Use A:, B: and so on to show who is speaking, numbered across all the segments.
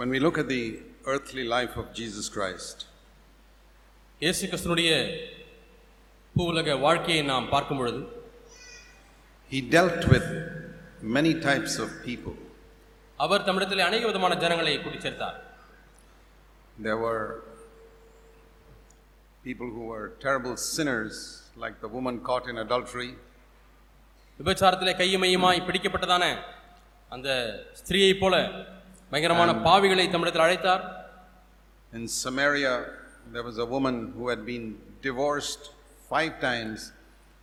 A: When we look at the earthly life of Jesus Christ,
B: Yesu கிறிஸ்தனுடைய பூவுலக வாழ்க்கையை நாம் பார்க்கும் பொழுது
A: he dealt with many types of people.
B: அவர் தமிழத்திலே அநேக விதமான ஜனங்களை கூட்டி சேர்த்தார்
A: There were people who were terrible sinners, like the woman caught in adultery.
B: விபச்சாரத்திலே கையுமையுமாய் பிடிக்கப்பட்டதான அந்த ஸ்திரீயைப் போல பயங்கரமான பாவிகளை தமிழத்தில் அழைத்தார்
A: In Samaria, there was a woman who had been divorced five times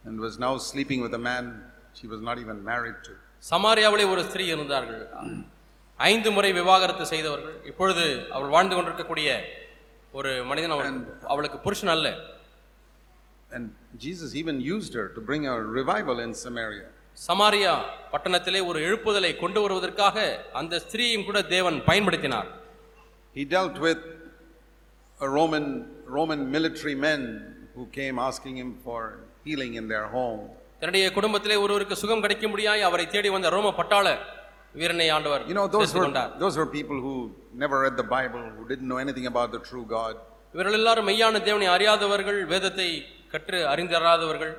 A: and was now sleeping with a man she was not even married to.
B: சமாரியாவிலே ஒரு ஸ்திரீ இருந்தார்கள் ஐந்து முறை விவாகரத்து செய்தவர்கள் இப்பொழுது அவள் வாழ்ந்து கொண்டிருக்கக்கூடிய ஒரு மனிதன் அவள் அவளுக்கு புருஷன் அல்ல
A: And Jesus even used her to bring a revival in Samaria.
B: Samariya பட்டணத்திலே ஒரு எழுப்புதலை கொண்டு வருவதற்காக அந்த ஸ்திரீயும் கூட தேவன் பயன்படுத்தினார்
A: He dealt with a Roman, Roman military men who came asking him for healing in their home.
B: தன்னுடைய குடும்பத்திலே ஒருவருக்கு சுகம் கிடைக்க முடியாய் அவரை தேடி வந்த ரோம பட்டாள வீரனை ஆண்டவர்
A: You know, those
B: சேர்த்துக்
A: were,
B: கொண்டார்
A: those were people who never read the Bible, who didn't know anything about the true God.
B: இவர்கள் எல்லாரும் மெய்யான தேவனை அறியாதவர்கள் வேதத்தை கற்று அறிந்தறாதவர்கள்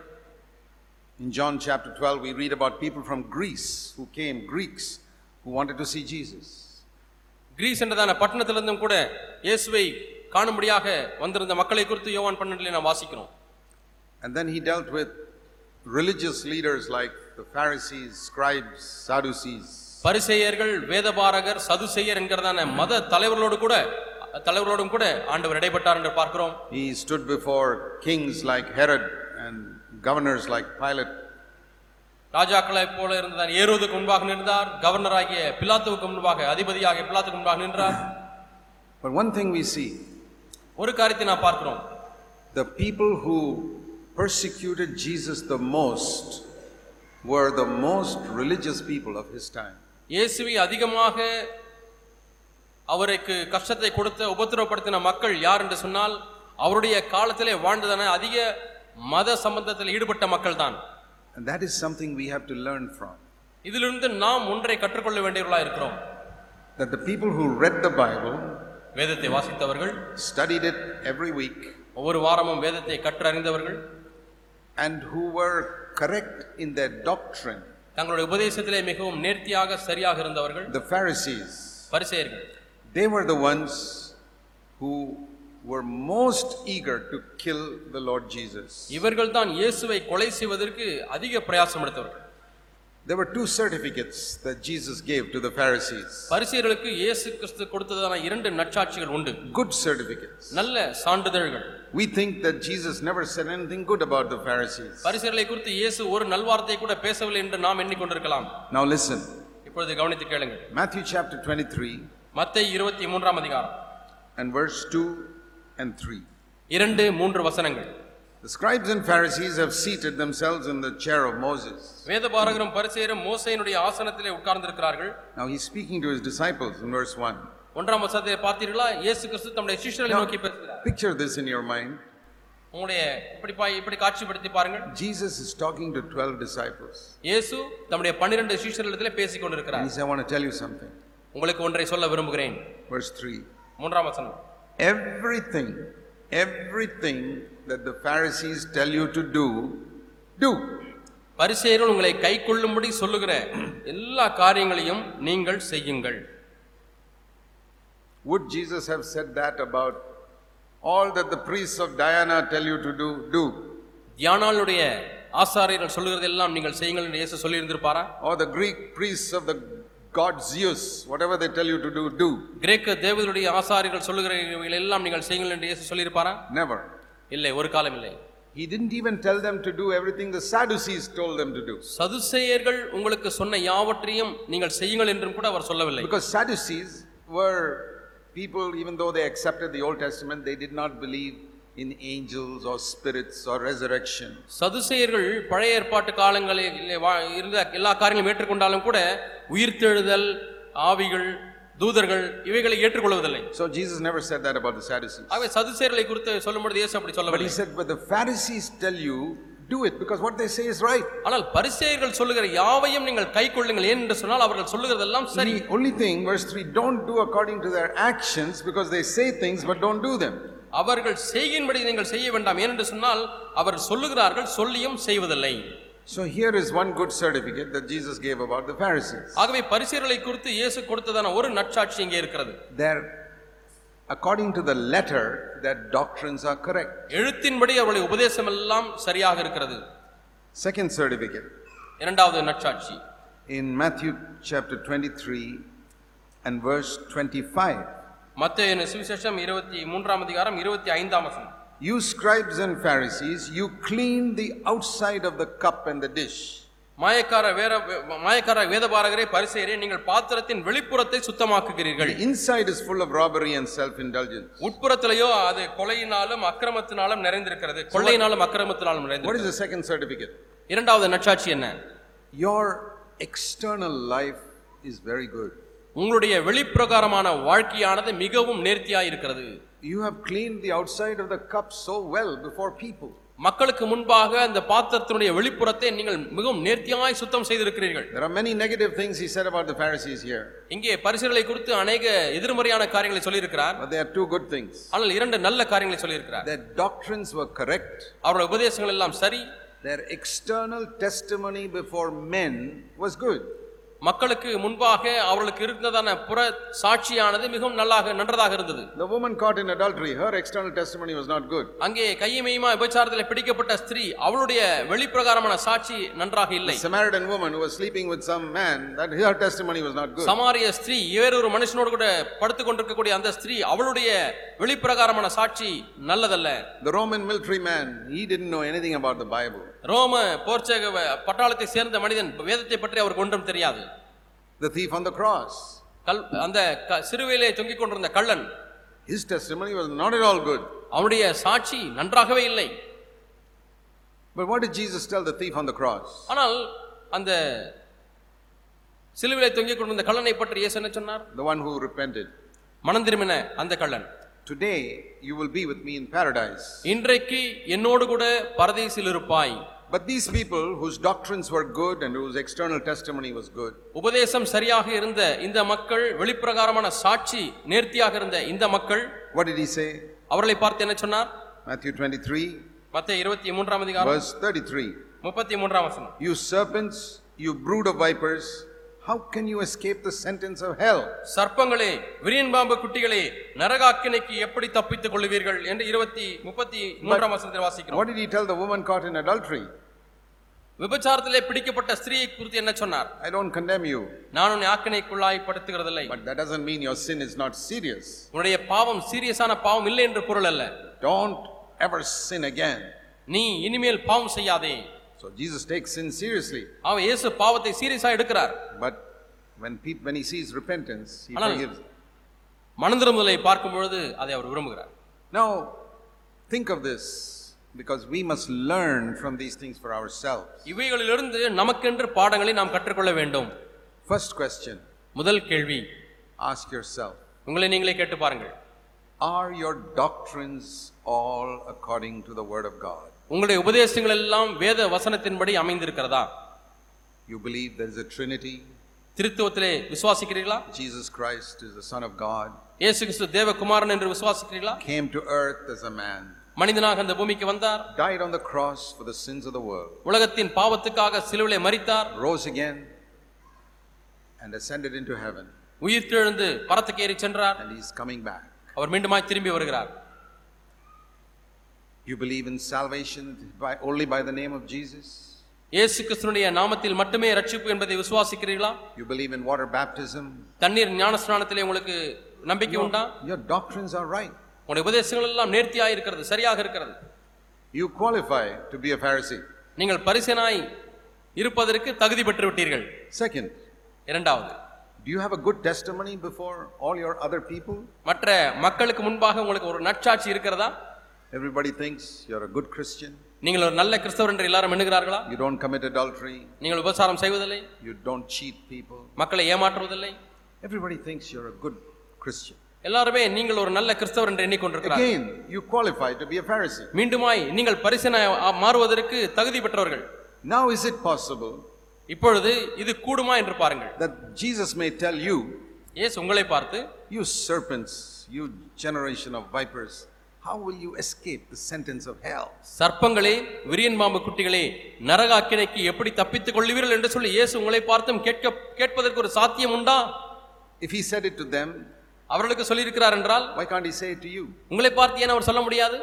A: In John chapter 12, we read about people from Greece who came, Greeks, who wanted to see Jesus.
B: Greece என்றதான பட்டணத்திலிருந்தும் கூட இயேசுவை காணும்படியாக வந்திருந்த மக்களை குறித்து யோவான் பன்னெண்டிலே நாம் வாசிக்கிறோம்
A: And then he dealt with religious leaders like the Pharisees, scribes, Sadducees.
B: பரிசேயர்கள் வேதபாரகர் சதுசேயர் என்கிறதான மத தலைவர்களோடு கூட தலைவர்களோடும் கூட ஆண்டவர் இடைப்பட்டார் என்று பார்க்கிறோம்
A: He stood before kings like Herod and governors like Pilate.
B: ராஜாக்களைப் போல இருந்ததான ஏரோதுக்கு முன்பாக நின்றார் கவர்னராகிய பிலாத்துவுக்கு முன்பாக அதிபதியாகிய பிலாத்துக்கு முன்பாக நின்றார்
A: But one thing we see
B: ஒரு காரியத்தை நாம் பார்க்கிறோம்
A: the people who persecuted Jesus the most were the most religious people of his time.
B: இயேசுவை அதிகமாக அவருக்கு கஷ்டத்தை கொடுத்த உபத்திரவப்படுத்தின மக்கள் யார் என்று சொன்னால் அவருடைய காலத்திலே வாழ்ந்ததான அதிக மத சம்பந்தத்தில் ஈடுபட்ட மக்கள் தான்
A: And that is something we have to learn from.
B: இதிலிருந்து நாம் ஒன்றை கற்றுக்கொள்ள வேண்டியவர்களாக இருக்கிறோம்
A: That the people who read the Bible,
B: வேதத்தை வாசித்தவர்கள்
A: studied it every week,
B: ஒவ்வொரு வாரமும் வேதத்தை கற்றறிந்தவர்கள்
A: and who were correct in their doctrine,
B: தங்களுடைய உபதேசத்திலே மிகவும் நேர்த்தியாக சரியாக இருந்தவர்கள்
A: the Pharisees,
B: பரிசேயர்கள்
A: they were the ones who were most eager to kill the Lord Jesus.
B: இவர்கள் தான் இயேசுவை கொலை செய்வதற்கு அதிக பிரயாசம் எடுத்தவர்கள்
A: There were two certificates that Jesus gave to the Pharisees
B: பரிசேயர்களுக்கு இயேசு கிறிஸ்து கொடுத்ததான இரண்டு நற்சாட்சிகள் உண்டு
A: good certificates.
B: நல்ல சான்றிதழ்கள்
A: We think that Jesus never said anything good about the Pharisees.
B: பரிசேயர்களை குறித்து இயேசு ஒரு நல்வார்த்தை கூட பேசவில்லை என்று நாம் எண்ணிக்கொண்டிருக்கலாம்
A: Now listen,
B: இப்பொழுது கவனித்து கேளுங்கள்
A: Matthew chapter 23
B: மத்தேய் இருபத்தி மூன்றாம் அதிகாரம்
A: and verse 2 and 3.
B: இரண்டு மூன்று வசனங்கள்
A: The scribes and Pharisees have seated themselves in the chair of Moses.
B: வேதபாரகரும் பரிசேயரும் மோசையினுடைய ஆசனத்திலே உட்கார்ந்திருக்கிறார்கள்
A: Now he's speaking to his disciples in verse 1.
B: ஒன்றாம் வசனத்தை பார்த்தீர்களா இயேசு கிறிஸ்து தம்முடைய சிஷ்யர்களை
A: Now,
B: நோக்கி பேசுகிறார்
A: picture this in your mind.
B: உங்களுடைய இப்படி பா- இப்படி காட்சிப்படுத்தி பாருங்கள்
A: Jesus is talking to 12 disciples.
B: இயேசு தம்முடைய பன்னிரண்டு சிஷ்யர்களிடத்திலே பேசிக்
A: And
B: கொண்டிருக்கிறார்
A: he said, I want to tell you something.
B: உங்களுக்கு ஒன்றை சொல்ல விரும்புகிறேன்
A: Verse 3.
B: மூன்றாம் வசனம்
A: Everything, everything that the Pharisees tell you to do, do.
B: பரிசேயர்கள் உங்களை கை கொள்ளும்படி சொல்லுகிற எல்லா காரியங்களையும் நீங்கள் செய்யுங்கள்
A: Would Jesus have said that about all that the priests of Diana tell you to do, do?
B: தியானாளுடைய ஆசாரியர்கள் சொல்லுகிறதெல்லாம் நீங்கள் செய்யுங்கள் என்று இயேசு சொல்லியிருந்திருப்பாரா
A: Or the Greek priests of the god Zeus, whatever they tell you to do, do?
B: கிரேக்க தேவதனுடைய ஆசாரியர்கள் சொல்லுகிற இவைகள் எல்லாம் நீங்கள் செய்யுங்கள் என்று இயேசு சொல்லியிருப்பாரா
A: Never.
B: இல்லை ஒரு காலம் இல்லை
A: He didn't even tell them to do everything the Sadducees told them to do.
B: சதுசேயர்கள் உங்களுக்கு சொன்ன யாவற்றையும் நீங்கள் செய்யுங்கள் என்றும் கூட அவர் சொல்லவில்லை
A: Because Sadducees were people, even though they accepted the Old Testament, they did not believe in angels or spirits or resurrection.
B: சதுசேயர்கள் பழைய ஏற்பாட்டு காலங்களில் வா- இருந்த எல்லா காரியங்களும் ஏற்றுக்கொண்டாலும் கூட உயிர்த்தெழுதல் ஆவிகள் தூதர்கள் இவைகளை ஏற்றுக்கொள்வதில்லை
A: So Jesus never said that about the Sadducees.
B: ஆகவே சதுசேயர்களை குறித்து சொல்லும்பொழுது இயேசு
A: But
B: அப்படி
A: he
B: சொல்லவில்லை
A: said, But the Pharisees tell you, do it because what they say is right.
B: ஆனால் பரிசேயர்கள் சொல்லுகிற யாவையும் நீங்கள் கை கொள்ளுங்கள் ஏன் என்று சொன்னால் அவர்கள் சொல்லுகிறதெல்லாம் சரி
A: The only thing, verse 3, don't do according to their actions because they say things but don't do them.
B: அவர்கள் செய்கின்படி நீங்கள் செய்ய வேண்டாம் ஏனென்று சொன்னால் அவர் சொல்லுகிறார்கள் சொல்லியும் செய்வதில்லை
A: So here is one good certificate that Jesus gave about the Pharisees.
B: ஆகவே பரிசேயர்களை குறித்து இயேசு கொடுத்ததான ஒரு நற்சாட்சி இங்கே இருக்கிறது
A: Their, according to the letter, their doctrines are correct.
B: எழுத்தின்படி அவர்களுடைய உபதேசம் எல்லாம் சரியாக இருக்கிறது
A: Second certificate,
B: இரண்டாவது நற்சாட்சி
A: in Matthew chapter 23 and verse 25.
B: மத்தேயு சுவிசேஷம் இருபத்தி மூன்றாம் அதிகாரம் இருபத்தி ஐந்தாம் வசனம்
A: You scribes and Pharisees, you clean the outside of the cup and the dish,
B: மாயக்கார வேற மாயக்கார வேதபாரகரே பரிசேயரே நீங்கள் பாத்திரத்தின் வெளிப்புறத்தை சுத்தமாக்குகிறீர்கள்
A: the inside is full of robbery and self indulgence.
B: உட்புறத்திலேயோ அது கொலையினாலும் அக்கிரமத்தினாலும் நிறைந்திருக்கிறது கொள்ளையினாலும் அக்கிரமத்தினாலும்
A: What is
B: நிறைந்திருக்கிறது
A: the second certificate?
B: இரண்டாவது நற்சாட்சி என்ன
A: Your external life is very good.
B: உங்களுடைய வெளிப்பிரகாரமான வாழ்க்கையானது மிகவும் நேர்த்தியாய் இருக்கிறது
A: You have cleaned the outside of the cup so well before people.
B: மக்களுக்கு முன்பாக அந்த பாத்திரத்தினுடைய வெளிப்புறத்தை நீங்கள் மிகவும் நேர்த்தியாய் சுத்தம் செய்திருக்கிறீர்கள்
A: There are many negative things he said about the Pharisees here,
B: இங்கே பரிசுகளை குறித்து அநேக எதிர்மறையான காரியங்களை சொல்லியிருக்கிறார்
A: but there are two good things.
B: ஆனால் இரண்டு நல்ல காரியங்களை சொல்லியிருக்கிறார்
A: Their doctrines were correct,
B: அவருடைய உபதேசங்கள் எல்லாம் சரி
A: their external testimony before men was good.
B: மக்களுக்கு முன்பாக அவர்களுக்கு இருந்ததான புற சாட்சியானது மிகவும் நல்லாக நன்றதாக இருந்தது
A: The woman caught in adultery, her external testimony was not good.
B: அங்கே கையமையுமா விபச்சாரத்தில் பிடிக்கப்பட்ட ஸ்திரீ அவளுடைய வெளிப்பிரகாரமான சாட்சி நன்றாக இல்லை
A: Samaritan woman who was sleeping with some man, that her testimony was not good.
B: சமாரிய ஸ்திரீ வேறொரு மனுஷனோடு கூட படுத்து கொண்டிருக்கக்கூடிய அந்த ஸ்திரீ அவளுடைய வெளிப்பிரகாரமான சாட்சி நல்லதல்ல
A: The Roman military man, he didn't know anything about the Bible.
B: ரோம போர்ச்சேக வ- பட்டாளத்தை சேர்ந்த மனிதன் வேதத்தை பற்றி அவருக்கு ஒன்றும் தெரியாது
A: The thief on the cross,
B: கல் அந்த க- சிறுவையிலே தொங்கிக் கொண்டிருந்த கள்ளன்
A: his testimony was not at all good.
B: அவனுடைய சாட்சி நன்றாகவே இல்லை
A: But what did Jesus tell the thief on the cross?
B: ஆனால் அந்த சிலுவிலை தொங்கிக் கொண்டிருந்த கள்ளனை பற்றி இயேசு என்ன சொன்னார்
A: The one who repented.
B: மனம் திரும்பின அந்த கள்ளன்
A: Today you will be with me in paradise.
B: இன்றைக்கு என்னோடு கூட பரதேசில் இருப்பாய்
A: But these people whose doctrines were good and whose external testimony was good,
B: உபதேசம் சரியாக இருந்த இந்த மக்கள் வெளிப்பிரகாரமான சாட்சி நேர்த்தியாக இருந்த இந்த மக்கள்
A: what did he say?
B: அவர்களை பார்த்து என்ன சொன்னார்
A: Matthew 23,
B: மத்திய இருபத்தி மூன்றாம் அதிகாரம்
A: verse 33.
B: முப்பத்தி மூன்றாம் வசனம்
A: You serpents, you brood of vipers, how can you escape the sentence of hell?
B: சர்ப்பங்களே விரியன் பாம்பு குட்டிகளே நரகாக்கினைக்கு எப்படி தப்பித்துக் கொள்வீர்கள் என்று இருபத்தி முப்பத்தி மூன்றாம் வசனத்தில் வாசிக்கிறோம்
A: What did he tell the woman caught in adultery?
B: விபச்சாரத்திலே பிடிக்கப்பட்ட ஸ்திரீயை குறித்து என்ன சொன்னார்
A: I don't condemn you,
B: நான் உன்னை ஆக்கினைக்குள்ளாய் படுத்துகிறதில்லை
A: but that doesn't mean your sin is not serious.
B: உன்னுடைய பாவம் சீரியஸான பாவம் இல்லை என்று பொருள் அல்ல
A: Don't ever sin again.
B: நீ இனிமேல் பாவம் செய்யாதே
A: So Jesus takes sin seriously,
B: அவன் இயேசு பாவத்தை சீரியஸா எடுக்கிறார்
A: but when, peop when he sees repentance, he
B: Anal-
A: forgives.
B: மனந்திரும்பலை பார்க்கும் பொழுது அதை அவர் விரும்புகிறார்
A: Now, think of this because we must learn from these things for ourselves.
B: இவைகளிலிருந்து நமக்கென்று பாடங்களை நாம் கற்றுக்கொள்ள வேண்டும்
A: First question
B: முதல் கேள்வி
A: ask yourself
B: உங்களை நீங்களே கேட்டு பாருங்கள்
A: Are your doctrines all according to the Word of God?
B: உங்களுடைய உபதேசங்கள் எல்லாம் வேத வசனத்தின்படி அமைந்திருக்கிறதா
A: You believe there is a Trinity,
B: திருத்துவத்திலே விசுவாசிக்கிறீர்களா
A: Jesus Christ is the Son of God.
B: இயேசு கிறிஸ்து தேவகுமாரன் என்று விசுவாசிக்கிறீர்களா
A: came to earth as a man,
B: மனிதனாக அந்த பூமிக்கு வந்தார்
A: died on the cross for the sins of the world,
B: உலகத்தின் பாவத்துக்காக சிலுவிலே மரித்தார்
A: rose again, and ascended into heaven,
B: உயிர் தெழுந்து பரத்துக்கு ஏறி சென்றார்
A: and he's coming back.
B: அவர் மீண்டுமாய் திரும்பி வருகிறார்
A: You believe in salvation by, only by the name of Jesus?
B: இயேசு கிறிஸ்துனுடைய நாமத்தில் மட்டுமே ரட்சிப்பு என்பதை விசுவாசிக்கிறீர்களா
A: You believe in water baptism?
B: தண்ணீர் ஞானஸ்நானத்திலே உங்களுக்கு நம்பிக்கை உண்டா
A: Your doctrines are right.
B: உங்களுடைய உபதேசங்கள் எல்லாம் நேர்த்தியாக இருக்கிறது சரியாக இருக்கிறது
A: You qualify to be a Pharisee.
B: நீங்கள் பரிசனாய் இருப்பதற்கு தகுதி பெற்று விட்டீர்கள்
A: Second,
B: இரண்டாவது
A: do you have a good testimony before all your other people?
B: மற்ற மக்களுக்கு முன்பாக உங்களுக்கு ஒரு நற்சாட்சி இருக்கிறதா
A: Everybody thinks you're a good Christian.
B: நீங்கள் ஒரு நல்ல கிறிஸ்தவர் என்று எல்லாரும் எண்ணுகிறார்களா
A: You don't commit adultery.
B: நீங்கள் உபசாரம் செய்வதில்லை
A: You don't cheat people.
B: மக்களை ஏமாற்றுவதில்லை
A: Everybody thinks you're a good Christian.
B: எல்லாருமே நீங்கள் ஒரு நல்ல கிறிஸ்தவர் என்று எண்ணிக்கொண்டிருக்கிறார்
A: Again, you qualify to be a Pharisee.
B: மீண்டுமாய் நீங்கள் பரிசனாய் மாறுவதற்கு தகுதி பெற்றவர்கள்
A: Now, is it possible
B: இப்பொழுது இது கூடுமா என்று பாருங்கள்
A: that Jesus may tell you,
B: இயேசு உங்களை பார்த்து
A: You serpents, you generation of vipers, how will you escape the sentence of hell?
B: சர்ப்பங்களே விரியன் மாம்பு குட்டிகளே நரக அக்கினைக்கு எப்படி தப்பித்துக் கொள்ளுவீர்கள் என்று சொல்லி இயேசு உங்களை பார்த்தும் கேட்க கேட்பதற்கு ஒரு சாத்தியம் உண்டா
A: If he said it to them,
B: அவர்களுக்கு சொல்லியிருக்கிறார் என்றால்
A: why can't he say it to you?
B: உங்களை பார்த்து ஏன் அவர் சொல்ல முடியாது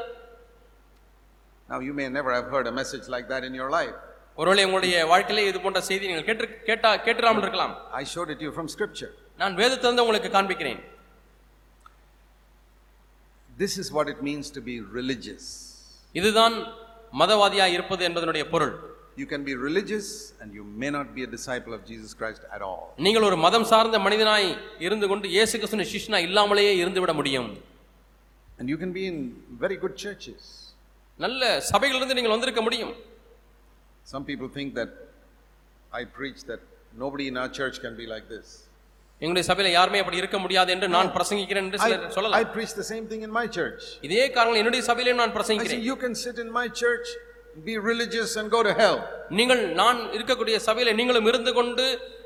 A: Now, you may never have heard a message like that in your life.
B: ஒருவேளை உங்களுடைய வாழ்க்கையிலே இது போன்ற செய்தி நீங்கள் கேட்டு கேட்டா கேட்டுறாமல் இருக்கலாம்
A: I showed it to you from scripture.
B: நான் வேதத்திலிருந்து உங்களுக்கு காண்பிக்கிறேன்
A: This is what it means to be religious.
B: இதுதான் மதவாதியா இருப்பது என்பதனுடைய பொருள்
A: You can be religious and you may not be a disciple of Jesus Christ at all.
B: நீங்கள் ஒரு மதம் சார்ந்த மனிதனாய் இருந்து கொண்டு இயேசு கிறிஸ்துவின் சிஷ்யனா இல்லாமலேயே இருந்துவிட முடியும்
A: And you can be in very good churches.
B: நல்ல சபையிலிருந்து நீங்கள் வந்திருக்க முடியும்
A: Some people think that I preach that nobody in our church can be like this.
B: எங்களுடைய சபையில யாருமே அப்படி இருக்க முடியாது என்று நான் பிரசங்கிக்கிறேன் என்று
A: I,
B: சிலர்
A: I
B: சொல்லலாம்
A: preach the same thing in my church.
B: இதே காரணம் என்னுடைய சபையிலும் நான்
A: I say,
B: பிரசங்கிக்கிறேன்
A: you can sit in my church, be religious, and go to hell.
B: நீங்கள் நான் இருக்கக்கூடிய சபையில நீங்களும் இருந்து கொண்டு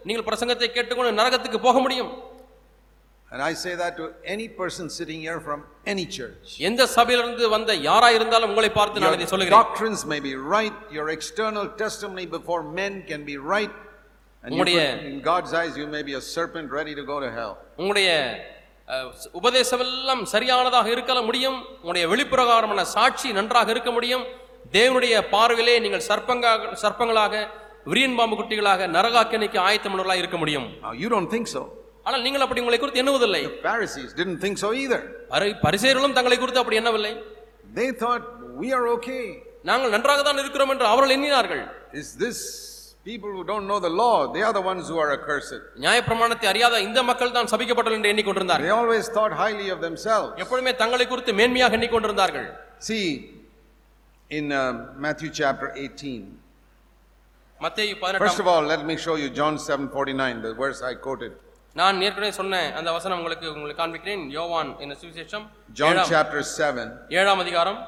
B: நீங்கள் பிரசங்கத்தை கேட்டுக்கொண்டு நரகத்துக்கு போக முடியும்
A: And I say that to any person sitting here from any church.
B: எந்த சபையிலிருந்து வந்த யாரா இருந்தாலும் உங்களை பார்த்து நான் இதை
A: Your
B: சொல்லுகிறேன்
A: doctrines may be right, your external testimony before men can be right, and you
B: உம்முடைய-
A: could- in God's eyes, you may be a serpent ready to go to hell.
B: உங்களுடைய அஹ், உபதேசம் எல்லாம் சரியானதாக இருக்க முடியும் உங்களுடைய வெளிப்பிரகாரமான சாட்சி நன்றாக இருக்க முடியும் தேவனுடைய பார்வையிலே நீங்கள் சர்ப்பங்காக சர்ப்பங்களாக விரியன் பாம்பு குட்டிகளாக நரகாக்கினைக்கு ஆயத்தமுள்ளவர்களாக இருக்க முடியும்
A: Now, you don't think so.
B: ஆனால் நீங்கள் அப்படி உங்களை குறித்து எண்ணுவதில்லை
A: Pharisees didn't think so either.
B: பரி- பரிசேயர்களும் தங்களை குறித்து அப்படி எண்ணவில்லை
A: They thought, we are okay.
B: நாங்கள் நன்றாக தான் இருக்கிறோம் என்று அவர்கள் எண்ணினார்கள்
A: Is this people who don't know the law? They are the ones who are accursed.
B: நியாயப்பிரமாணத்தை அறியாத இந்த மக்கள் தான் சபிக்கப்பட்டவர்கள் என்று எண்ணிக்கொண்டிருந்தார்கள்
A: They always thought highly of themselves.
B: எப்பொழுதுமே தங்களை குறித்து மேன்மையாக எண்ணிக்கொண்டிருந்தார்கள்
A: See, in uh, Matthew chapter 18,
B: மத்தேயு
A: first
B: பதினெட்டாம்
A: of all, let me show you John 7:49, the verse I quoted.
B: நான் ஏற்கனவே சொன்ன அந்த வசனம் உங்களுக்கு உங்களுக்கு காண்பிக்கிறேன் யோவான் என்ன சுவிசேஷம்
A: John
B: ஏழாம்-
A: chapter 7,
B: ஏழாம் அதிகாரம்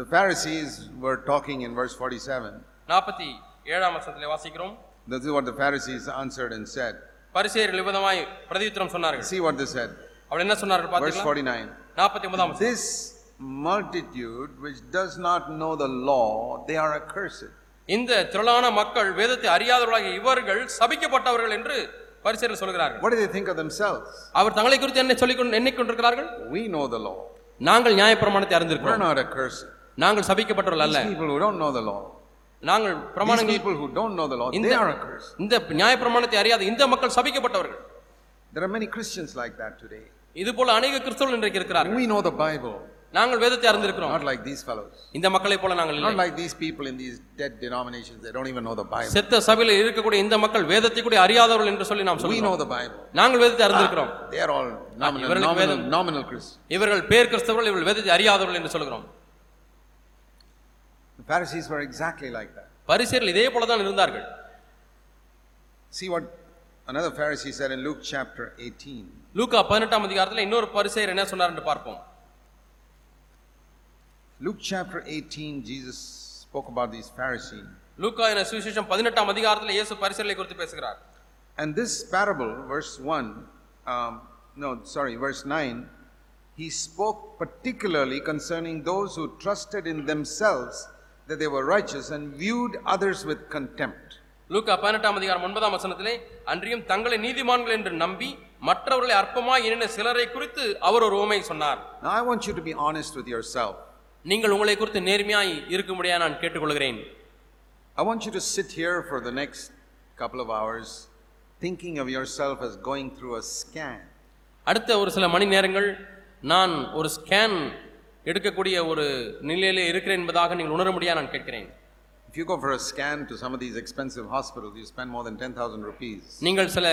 A: the Pharisees were talking in verse 47.
B: நாற்பத்தி ஏழாம் வசனத்திலே வாசிக்கிறோம்
A: This is what the Pharisees answered and said.
B: பரிசேயர்கள் விபதமாய் பிரதியுத்தரம் சொன்னார்கள்
A: See what they said.
B: அவள் என்ன சொன்னார்கள்
A: Verse
B: பார்த்தீங்களா
A: 49.
B: நாற்பத்தி ஒன்பதாம் வசனம்
A: This multitude which does not know the law, they are accursed.
B: இந்த திரளான மக்கள் வேதத்தை அறியாதவர்களாகிய இவர்கள் சபிக்கப்பட்டவர்கள் என்று பரிசேயர்கள் சொல்கிறார்கள்
A: What do they think of themselves?
B: அவர் தங்களை குறித்து என்ன சொல்லிக் கொண்டு எண்ணிக்கொண்டிருக்கிறார்கள்
A: We know the law.
B: நாங்கள் நியாயப்பிரமாணத்தை
A: We're
B: அறிந்திருக்கிறோம்
A: not accursed.
B: நாங்கள் சபிக்கப்பட்டவர்கள் அல்ல
A: These people who don't know the law,
B: நாங்கள்
A: these
B: பிரமாணங்கள்
A: people who don't know the law, they
B: இந்த
A: are accursed.
B: இந்த நியாயப்பிரமாணத்தை அறியாத இந்த மக்கள் சபிக்கப்பட்டவர்கள்
A: There are many Christians like that today.
B: இது போல அநேக கிறிஸ்தவர்கள் இன்றைக்கு இருக்கிறார்கள்
A: We know the Bible,
B: நாங்கள் வேதத்தை அறிந்திருக்கிறோம்
A: not like these fellows,
B: இந்த மக்களை போல நாங்கள்
A: not
B: இல்லை
A: like these people in these dead denominations. They don't even know the Bible.
B: செத்த சபையில் இருக்கக்கூடிய இந்த மக்கள் வேதத்தை கூட அறியாதவர்கள் என்று சொல்லி நாம்
A: We
B: சொல்லுவோம்
A: know the Bible.
B: நாங்கள் வேதத்தை அறிந்திருக்கிறோம்
A: They are all nominal,
B: இவர்களுக்கு
A: nominal,
B: வேதம்.
A: nominal Christians.
B: இவர்கள் பேர் கிறிஸ்தவர்கள் இவர்கள் வேதத்தை அறியாதவர்கள் என்று சொல்கிறோம்
A: The Pharisees were exactly like that.
B: பரிசேயர்கள் இதே போல தான் இருந்தார்கள்
A: See what another Pharisee said in Luke chapter 18.
B: லூக்கா பதினெட்டாம் அதிகாரத்தில் இன்னொரு பரிசேயர் என்ன சொன்னார் என்று பார்ப்போம்
A: Luke chapter 18, Jesus spoke about these Pharisees.
B: லூக்கா என சுவிசேஷம் பதினெட்டாம் அதிகாரத்தில் இயேசு பரிசேயர்களை குறித்து பேசுகிறார்
A: And this parable, verse 1, um, no, sorry, verse 9, he spoke particularly concerning those who trusted in themselves that they were righteous and viewed others with contempt.
B: லூக்கா பதினெட்டாம் அதிகாரம் ஒன்பதாம் வசனத்திலே அன்றியும் தங்களை நீதிமான்கள் என்று நம்பி மற்றவர்களை அற்பமாய் எண்ணின சிலரை குறித்து அவர் ஒரு உவமை சொன்னார்
A: Now, I want you to be honest with yourself.
B: நீங்கள் உங்களை குறித்து நேர்மையாய் இருக்கும்படியா நான் கேட்டுக்கொள்கிறேன்
A: I want you to sit here for the next couple of hours thinking of yourself as going through a scan.
B: அடுத்த ஒரு சில மணி நேரங்கள் நான் ஒரு ஸ்கேன் எடுக்கக்கூடிய ஒரு நிலையிலே இருக்கிறேன் என்பதாக நீங்கள் உணர முடியா நான் கேட்கிறேன்
A: If you go for a scan to some of these expensive hospitals, you spend more than 10,000 rupees.
B: நீங்கள் சில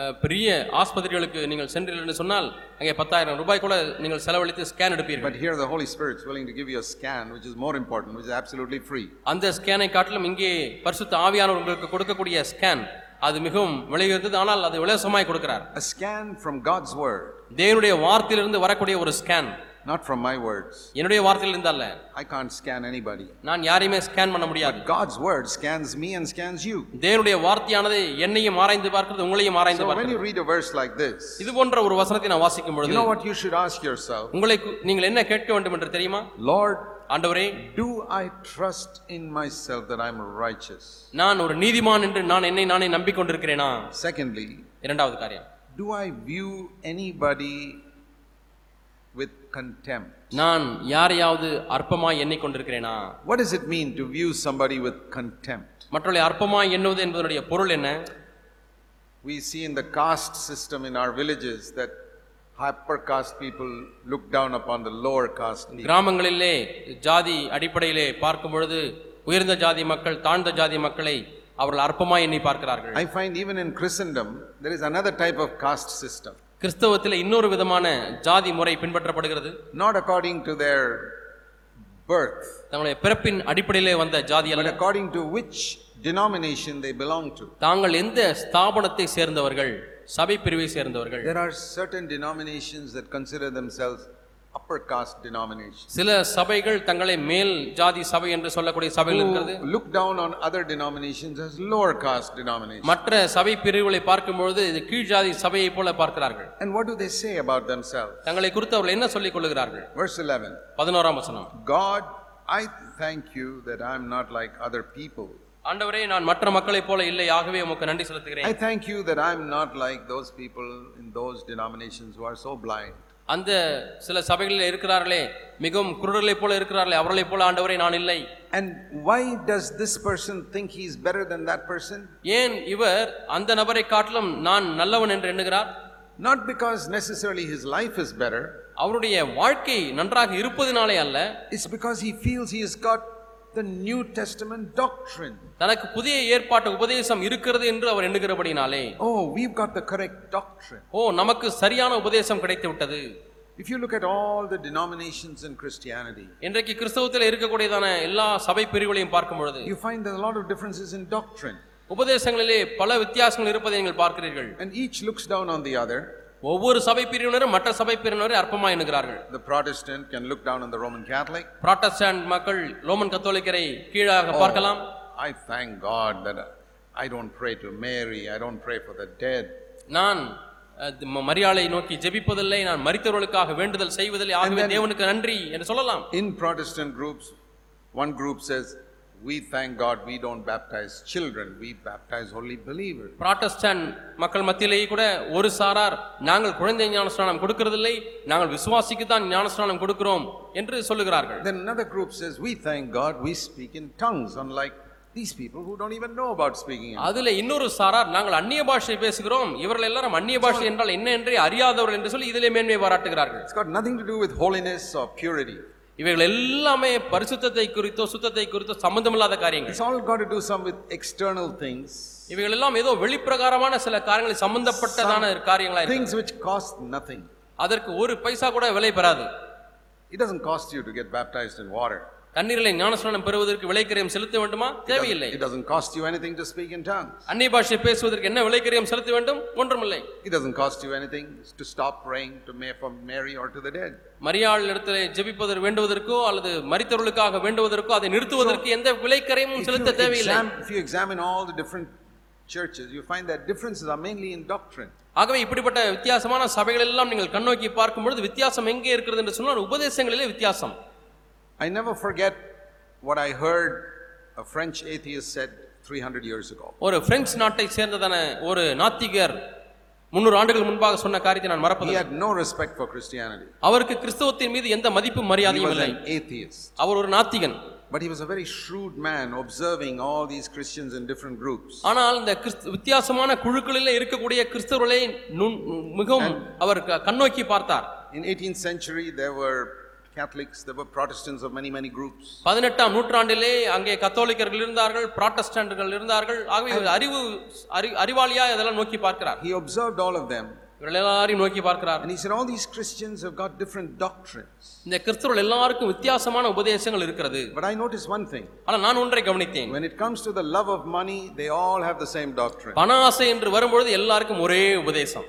B: அஹ், பெரிய ஆஸ்பத்திரிகளுக்கு நீங்கள் சென்றீர்கள் என்று சொன்னால் அங்கே பத்தாயிரம் ரூபாய் கூட நீங்கள் செலவழித்து ஸ்கேன் எடுப்பீர்கள்
A: But here the Holy Spirit's willing to give you a scan which is more important, which is absolutely free.
B: அந்த ஸ்கேனை காட்டிலும் இங்கே பரிசுத்த ஆவியானவர் உங்களுக்கு கொடுக்கக்கூடிய ஸ்கேன் அது மிகவும் விலை உயர்ந்தது ஆனால் அது இலவசமாய் கொடுக்கிறார்
A: A scan from God's word,
B: தேவனுடைய வார்த்தையிலிருந்து வரக்கூடிய ஒரு scan
A: not from my words.
B: என்னுடைய வார்த்தையிலிருந்து அல்ல
A: I can't scan anybody.
B: நான் யாரையுமே ஸ்கேன் பண்ண முடியாது
A: God's word scans me and scans you.
B: தேவனுடைய வார்த்தையானது என்னையும் ஆராய்ந்து பார்க்கிறது உங்களையும் ஆராய்ந்து
A: So when you
B: பார்க்கிறது
A: read a verse like this,
B: இது போன்ற ஒரு வசனத்தை நான் வாசிக்கும்
A: you
B: பொழுது
A: know what you should ask yourself?
B: உங்களை கு- நீங்கள் என்ன கேட்க வேண்டும் என்று தெரியுமா
A: Lord,
B: ஆண்டவரே
A: do I trust in myself that I'm righteous?
B: நான் ஒரு நீதிமான் என்று நான் என்னை நானே நம்பிக்கொண்டிருக்கிறேனா
A: Secondly,
B: இரண்டாவது காரியம்
A: do I view anybody with contempt?
B: நான் யாரையாவது அற்பமாய் எண்ணிக்கொண்டிருக்கிறேனா
A: What does it mean to view somebody with contempt?
B: மற்றவர்களை அற்பமாய் எண்ணுவது என்பதனுடைய பொருள் என்ன
A: We see in the caste system in our villages that upper caste people look down upon the lower caste people.
B: கிராமங்களிலே ஜாதி அடிப்படையிலே பார்க்கும் பொழுது உயர்ந்த ஜாதி மக்கள் தாழ்ந்த ஜாதி மக்களை அவர்கள் அற்பமாய் எண்ணி பார்க்கிறார்கள்
A: I find even in Christendom, there is another type of caste system,
B: கிறிஸ்தவத்தில் இன்னொரு விதமான ஜாதி முறை பின்பற்றப்படுகிறது
A: not according to their birth,
B: தங்களுடைய பிறப்பின் அடிப்படையிலே வந்த ஜாதி
A: but
B: அல்ல
A: according to which denomination they belong to.
B: தாங்கள் எந்த ஸ்தாபனத்தை சேர்ந்தவர்கள் சபை பிரிவை சேர்ந்தவர்கள்
A: There are certain denominations that consider themselves upper caste denominations.
B: சில சபைகள் தங்களை மேல் ஜாதி சபை என்று சொல்லக்கூடிய சபைகள் இருக்கிறது
A: who Look down on other denominations as lower caste denominations.
B: மற்ற சபை பிரிவுகளை பார்க்கும்பொழுது இது கீழ் ஜாதி சபையை போல பார்க்கிறார்கள்
A: And what do they say about themselves?
B: தங்களை குறித்து அவர்கள் என்ன சொல்லிக் கொள்கிறார்கள்
A: Verse 11
B: பதினோராம் வசனம்
A: God, I thank you that I'm not like other people.
B: ஆண்டவரே நான் மற்ற மக்களைப் போல இல்லை ஆகவே உமக்கு நன்றி செலுத்துகிறேன்
A: I thank you that I'm not like those people in those denominations who are so blind.
B: அந்த சில சபைகளில் இருக்கிறார்களே மிகவும் குருடர்களைப் போல இருக்கிறார்களே அவர்களைப் போல ஆண்டவரே நான் இல்லை
A: And why does this person think he's better than that person?
B: ஏன் இவர் அந்த நபரை காட்டிலும் நான் நல்லவன் என்று எண்ணுகிறார்
A: Not because necessarily his life is better,
B: அவருடைய வாழ்க்கை நன்றாக இருப்பதினாலே அல்ல
A: it's because he feels he has got the New Testament doctrine.
B: தனக்கு புதிய ஏற்பாட்டு உபதேசம் இருக்கிறது என்று அவர் எண்ணுகிறபடினாலே
A: Oh, we've got the correct doctrine.
B: ஓ நமக்கு சரியான உபதேசம் கிடைத்து விட்டது
A: If you look at all the denominations in Christianity,
B: இன்றைக்கு கிறிஸ்தவத்தில் இருக்கக்கூடியதான எல்லா சபை பிரிவுகளையும் பார்க்கும் பொழுது
A: you find there are a lot of differences in doctrine.
B: உபதேசங்களிலே பல வித்தியாசங்கள் இருப்பதை நீங்கள் பார்க்கிறீர்கள்
A: And each looks down on the other.
B: ஒவ்வொரு சபை பிரிவினரும் மற்ற சபை பிரிவினரை அற்பமா எண்ணுகிறார்கள்
A: The Protestant can look down on the Roman Catholic.
B: Protestant மக்கள் ரோமன் கத்தோலிக்கரை கீழாக பார்க்கலாம்
A: I thank God that I don't pray to Mary, I don't pray for the dead.
B: நான் அஹ், ம- மரியாளை நோக்கி ஜெபிப்பதில்லை நான் மரித்தவர்களுக்காக வேண்டுதல் செய்வதில்லை ஆகவே தேவனுக்கு நன்றி என்று சொல்லலாம்
A: In Protestant groups, one group says, We thank God we don't baptize children, we baptize only believers.
B: Protestant மக்கள் மத்தியிலேயே கூட ஒரு சாரார் நாங்கள் குழந்தை ஞானஸ்நானம் கொடுக்கிறதில்லை நாங்கள் விசுவாசிக்கு தான் ஞானஸ்நானம் கொடுக்கிறோம் என்று சொல்லுகிறார்கள்
A: Then another group says, We thank God we speak in tongues, unlike these people who don't even know about speaking in
B: அதுல இன்னொரு சாரார் நாங்கள் அந்நிய பாஷை பேசுகிறோம் இவர்கள் எல்லாரும் அந்நிய பாஷை என்றால் என்ன என்றே அறியாதவர்கள் என்று சொல்லி இதிலே மேன்மை பாராட்டுகிறார்கள்
A: It's got nothing to do with holiness or purity.
B: இவைகள் எல்லாமே பரிசுத்தத்தை குறித்தோ சுத்தத்தை குறித்தோ சம்பந்தமில்லாத காரியங்கள்
A: It's all got to do some with external things,
B: இவைகள் எல்லாம் ஏதோ வெளிப்பிரகாரமான சில காரியங்களை சம்பந்தப்பட்டதான காரியங்களா இருக்கு
A: things which cost nothing.
B: அதற்கு ஒரு பைசா கூட விலை பெறாது
A: It doesn't cost you to get baptized in water.
B: தண்ணீரிலே ஞானஸ்நானம் பெறுவதற்கு விலைக்கரியம் செலுத்த வேண்டுமா தேவையில்லை
A: It doesn't cost you anything to speak in tongues.
B: அந்நிய பாஷை பேசுவதற்கு என்ன விலைக்கரியம் செலுத்த வேண்டும் ஒன்றுமில்லை
A: It doesn't cost you anything to stop praying to May for Mary or to the dead.
B: மரியாள் இடத்திலே ஜெபிப்பதற்கு வேண்டுவதற்கோ அல்லது மரித்தவர்களுக்காக வேண்டுவதற்கோ அதை நிறுத்துவதற்கு எந்த விலைக்கரையமும்
A: If you,
B: செலுத்த தேவையில்லை
A: exam- if you examine all the different churches, you find that differences are mainly in doctrine.
B: ஆகவே இப்படிப்பட்ட வித்தியாசமான சபைகள் எல்லாம் நீங்கள் கண்ணோக்கி பார்க்கும் பொழுது வித்தியாசம் எங்கே இருக்கிறது என்று சொன்னால் உபதேசங்களிலே வித்தியாசம்
A: I never forget what I heard a French atheist said 300 years ago.
B: ஒரு பிரெஞ்சு நாட்டை சேர்ந்ததான ஒரு நாத்திகர் முன்னூறு ஆண்டுகள் முன்பாக சொன்ன காரியத்தை நான்
A: He
B: Marappathillai
A: had no respect for Christianity.
B: அவருக்கு கிறிஸ்தவத்தின் மீது எந்த மதிப்பும்
A: He
B: மரியாதையும்
A: was
B: இல்லை
A: an atheist.
B: அவர் ஒரு நாத்திகன்
A: But he was a very shrewd man observing all these Christians in different groups.
B: ஆனால் இந்த கிறிஸ்து வித்தியாசமான குழுக்களிலே இருக்கக்கூடிய கிறிஸ்தவர்களை நுண்- மிகவும் அவர் க- கண்ணோக்கி பார்த்தார்
A: In 18th century, there were Catholics, there were Protestants of many, many groups.
B: பதினெட்டாம் நூற்றாண்டிலே அங்கே கத்தோலிக்கர்கள் இருந்தார்கள் புராட்டஸ்டன்ட்கள் இருந்தார்கள் ஆகவே இவர் அறிவு அறி- அறிவாளியா இதெல்லாம் நோக்கி பார்க்கிறார்
A: He observed all of them
B: இவர்கள் எல்லாரையும் நோக்கி பார்க்கிறார்
A: And he said, All these Christians have got different doctrines.
B: இந்த கிறிஸ்தவர்கள் எல்லாருக்கும் வித்தியாசமான உபதேசங்கள் இருக்கிறது
A: But I noticed one thing
B: ஆனா நான் ஒன்றை கவனித்தேன்
A: when it comes to the love of money, they all have the same doctrine.
B: பண ஆசை என்று வரும்பொழுது எல்லாருக்கும் ஒரே உபதேசம்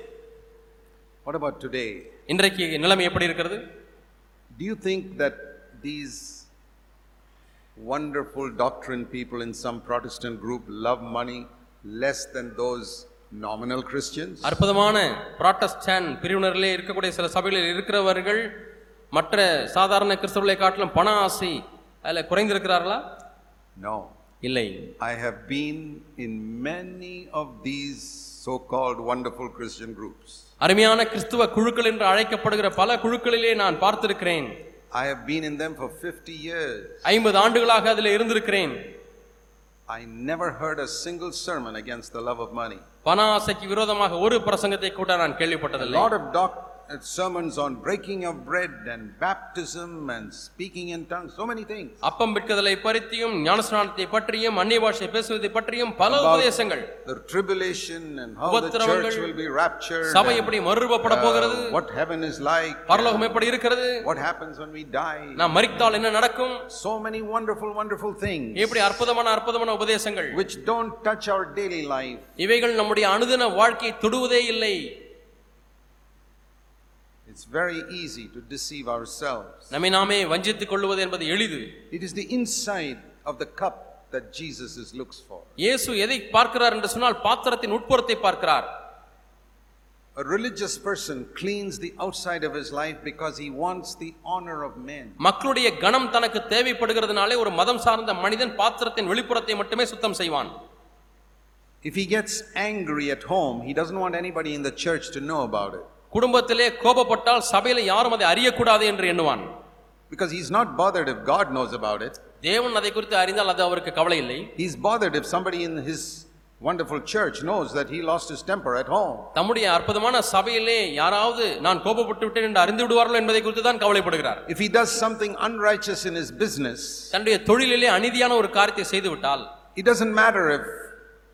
A: What about today?
B: இன்றைக்கு நிலைமை எப்படி இருக்கிறது
A: Do you think that these wonderful doctrine people in some Protestant group love money less than those nominal Christians?
B: அற்புதமான புராட்டஸ்டாண்ட் பிரிவினரிலே இருக்கக்கூடிய சில சபைகளில் இருக்கிறவர்கள் மற்ற சாதாரண கிறிஸ்தவர்களை காட்டிலும் பண ஆசை அதில் குறைந்திருக்கிறார்களா
A: No.
B: இல்லை
A: I have been in many of these so called wonderful Christian groups.
B: அருமையான கிறிஸ்துவ குழுக்கள் என்று அழைக்கப்படுகிற பல குழுக்களிலே நான் பார்த்திருக்கிறேன்
A: I have been in them for 50 years.
B: ஐம்பது ஆண்டுகளாக அதில் இருந்திருக்கிறேன்
A: I never heard a single sermon against the love of money.
B: பண ஆசைக்கு விரோதமாக ஒரு பிரசங்கத்தை கூட நான்
A: A
B: கேள்விப்பட்டதில்லை
A: lot of doc- uh, sermons on breaking of bread and baptism and speaking in tongues, so many things.
B: அப்பம் விற்கதலை பற்றியும் ஞானஸ்நானத்தை பற்றியும் அந்நிய பாஷை பேசுவதை பற்றியும் பல உபதேசங்கள்
A: The tribulation and how the church will be raptured,
B: சபை
A: and,
B: எப்படி மறுரூபப்பட
A: uh,
B: போகிறது
A: what heaven is like,
B: பரலோகம் எப்படி இருக்கிறது
A: what happens when we die.
B: நாம் மரித்தால் என்ன நடக்கும்
A: So many wonderful, wonderful things
B: இப்படி அற்புதமான அற்புதமான உபதேசங்கள்
A: which don't touch our daily life.
B: இவைகள் நம்முடைய அனுதின வாழ்க்கையை தொடுவதே இல்லை
A: It's very easy to deceive ourselves.
B: நம்மை நாமே வஞ்சித்துக் கொள்வது என்பது எளிது
A: It is the inside of the cup that Jesus is looks for.
B: இயேசு எதை பார்க்கிறார் என்று சொன்னால் பாத்திரத்தின் உட்புறத்தை பார்க்கிறார்
A: A religious person cleans the outside of his life because he wants the honor of men.
B: மக்களுடைய கணம் தனக்கு தேவைப்படுகிறதுனாலே ஒரு மதம் சார்ந்த மனிதன் பாத்திரத்தின் வெளிப்புறத்தை மட்டுமே சுத்தம் செய்வான்
A: If he gets angry at home, he doesn't want anybody in the church to know about it
B: குடும்பத்திலே கோபப்பட்டால் சபையில யாரும் அதை அறியக்கூடாது என்று எண்ணுவான்
A: because he's not bothered if God knows about it.
B: தேவன் அதை குறித்து அறிந்தால் அது அவருக்கு கவலை இல்லை
A: He's bothered if somebody in his wonderful church knows that he lost his temper at home.
B: தம்முடைய அற்புதமான சபையிலே யாராவது நான் கோபப்பட்டு விட்டேன் என்று அறிந்து விடுவார்களோ என்பதை குறித்து தான் கவலைப்படுகிறார்
A: If he does something unrighteous in his business,
B: தன்னுடைய தொழிலிலே அநீதியான ஒரு காரியத்தை செய்துவிட்டால்
A: it doesn't matter if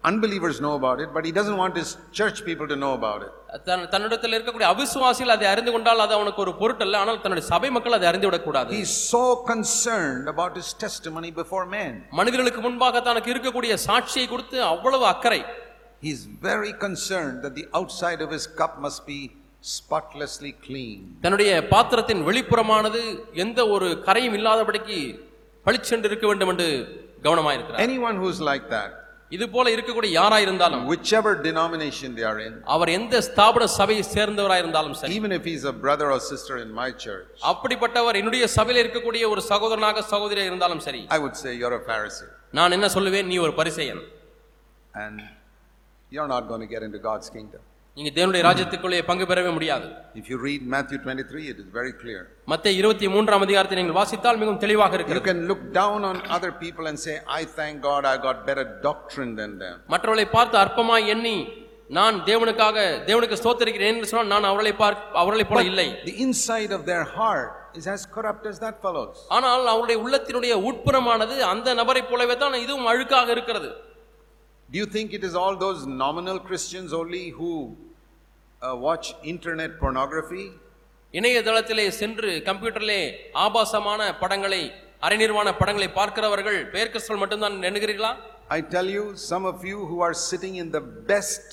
A: unbelievers know about it, but he doesn't want his church people to know about it.
B: தன் தன்னிடத்தில் இருக்கக்கூடிய அவிசுவாசிகள் அதை அறிந்து கொண்டால் அது அவனுக்கு ஒரு பொருட்டல்ல ஆனால் தன்னுடைய சபை மக்கள் அதை அறிந்து விடக்கூடாது
A: He's so concerned about his testimony before men.
B: மனிதர்களுக்கு முன்பாக தனக்கு இருக்கக்கூடிய சாட்சியை கொடுத்து அவ்வளவு அக்கறை
A: He's very concerned that the outside of his cup must be spotlessly clean.
B: தன்னுடைய பாத்திரத்தின் வெளிப்புறமானது எந்த ஒரு கரையும் இல்லாதபடிக்கு பளிச்சென்று இருக்க வேண்டும் என்று கவனமாயிருக்கிறார்
A: Anyone who's like that,
B: இது போல இருக்கக்கூடிய யாராயிருந்தாலும்
A: whichever denomination they are in,
B: அவர் எந்த ஸ்தாபன சபையை சேர்ந்தவராயிருந்தாலும் சரி
A: even if he's a brother or sister in my church,
B: அப்படிப்பட்டவர் என்னுடைய சபையில் இருக்கக்கூடிய ஒரு சகோதரனாக சகோதரியாக இருந்தாலும் சரி
A: I would say you're a Pharisee
B: நான் என்ன சொல்லுவேன் நீ ஒரு பரிசேயன்
A: and you're not going to get into God's kingdom.
B: நீங்க தேவனுடைய ராஜ்யத்துக்குள்ளே பங்கு பெறவே முடியாது
A: If you read Matthew 23, it is very clear.
B: மத்திய இருபத்தி மூன்றாம் அதிகாரத்தை நீங்கள் வாசித்தால் மிகவும் தெளிவாக
A: You
B: இருக்கிறது
A: can look down on other people and say, I thank God I got better doctrine than them.
B: மற்றவர்களை பார்த்து அற்பமாய் எண்ணி நான் தேவனுக்காக தேவனுக்கு ஸ்தோத்திருக்கிறேன் என்று சொன்னால் நான் அவர்களை பார்க்க அவர்களை போல இல்லை
A: The inside of their heart is as corrupt as that fellow's.
B: ஆனால் அவருடைய உள்ளத்தினுடைய உட்புறமானது அந்த நபரை போலவே தான் இதுவும் அழுக்காக இருக்கிறது
A: Do you think it is all those nominal Christians only who uh, watch internet pornography?
B: இணையதளத்திலே சென்று கம்ப்யூட்டரிலே ஆபாசமான படங்களை அரைநிர்வாண படங்களை பார்க்கிறவர்கள் பெயர் கிறிஸ்தவர்கள் மட்டும்தான் எண்ணுகிறீர்களா
A: I tell you, some of you who are sitting in the best,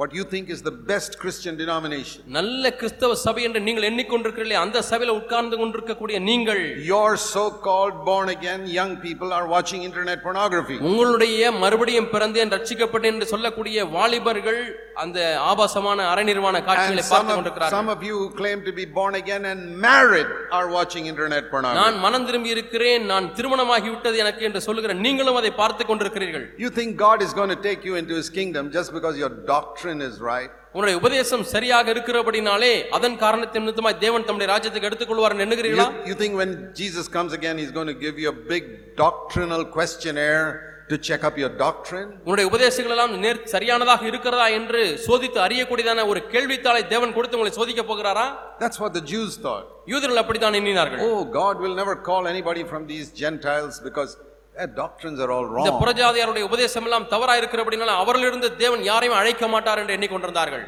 A: what you think is the best Christian denomination,
B: நல்ல கிறிஸ்தவ சபை என்று நீங்கள் எண்ணிக்கொண்டிருக்கிறீர்களே அந்த சபையில உட்கார்ந்து கொண்டிருக்கக்கூடிய நீங்கள்
A: your so called born again young people are watching internet pornography.
B: உங்களுடைய மறுபடியும் பிறந்தேன் ரட்சிக்கப்பட்டேன் என்று சொல்லக்கூடிய வாலிபர்கள் அந்த ஆபாசமான அரைநிர்வாண
A: And
B: காட்சிகளை
A: some
B: பார்த்து
A: of,
B: கொண்டிருக்கிறார்கள்
A: some of you who claim to be born again and married are watching internet pornography.
B: நான் மனம் திரும்பி இருக்கிறேன் நான் திருமணமாகி விட்டது எனக்கு என்று சொல்லுகிற நீங்களும் அதை பார்த்து கொண்டிருக்கிறீர்கள்
A: You think God is going to take you into his kingdom just because your doctrine is right?
B: உன்னுடைய உபதேசம் சரியாக இருக்கிறபடினாலே அதன் காரணத்தின் நிமித்தமாய் தேவன் தம்முடைய ராஜ்யத்துக்கு எடுத்துக்கொள்வார் எண்ணுகிறீர்களா
A: You, you think when Jesus comes again, he's going to give you a big doctrinal questionnaire to check up your doctrine?
B: உன்னுடைய உபதேசங்கள் எல்லாம் நேர் சரியானதாக இருக்கிறதா என்று சோதித்து அறியக்கூடியதான ஒரு கேள்வித்தாளை தேவன் கொடுத்து உங்களை சோதிக்க போகிறாரா
A: That's what the Jews thought.
B: யூதர்கள் அப்படித்தான் எண்ணினார்கள்
A: Oh, God will never call anybody from these Gentiles because their doctrines are all
B: இந்த
A: wrong.
B: புறஜாதியாருடைய உபதேசம் எல்லாம் தவறா இருக்கிறபடினால அவரிலிருந்து தேவன் யாரையும் அழைக்க மாட்டார் என்று எண்ணிக்கொண்டிருந்தார்கள்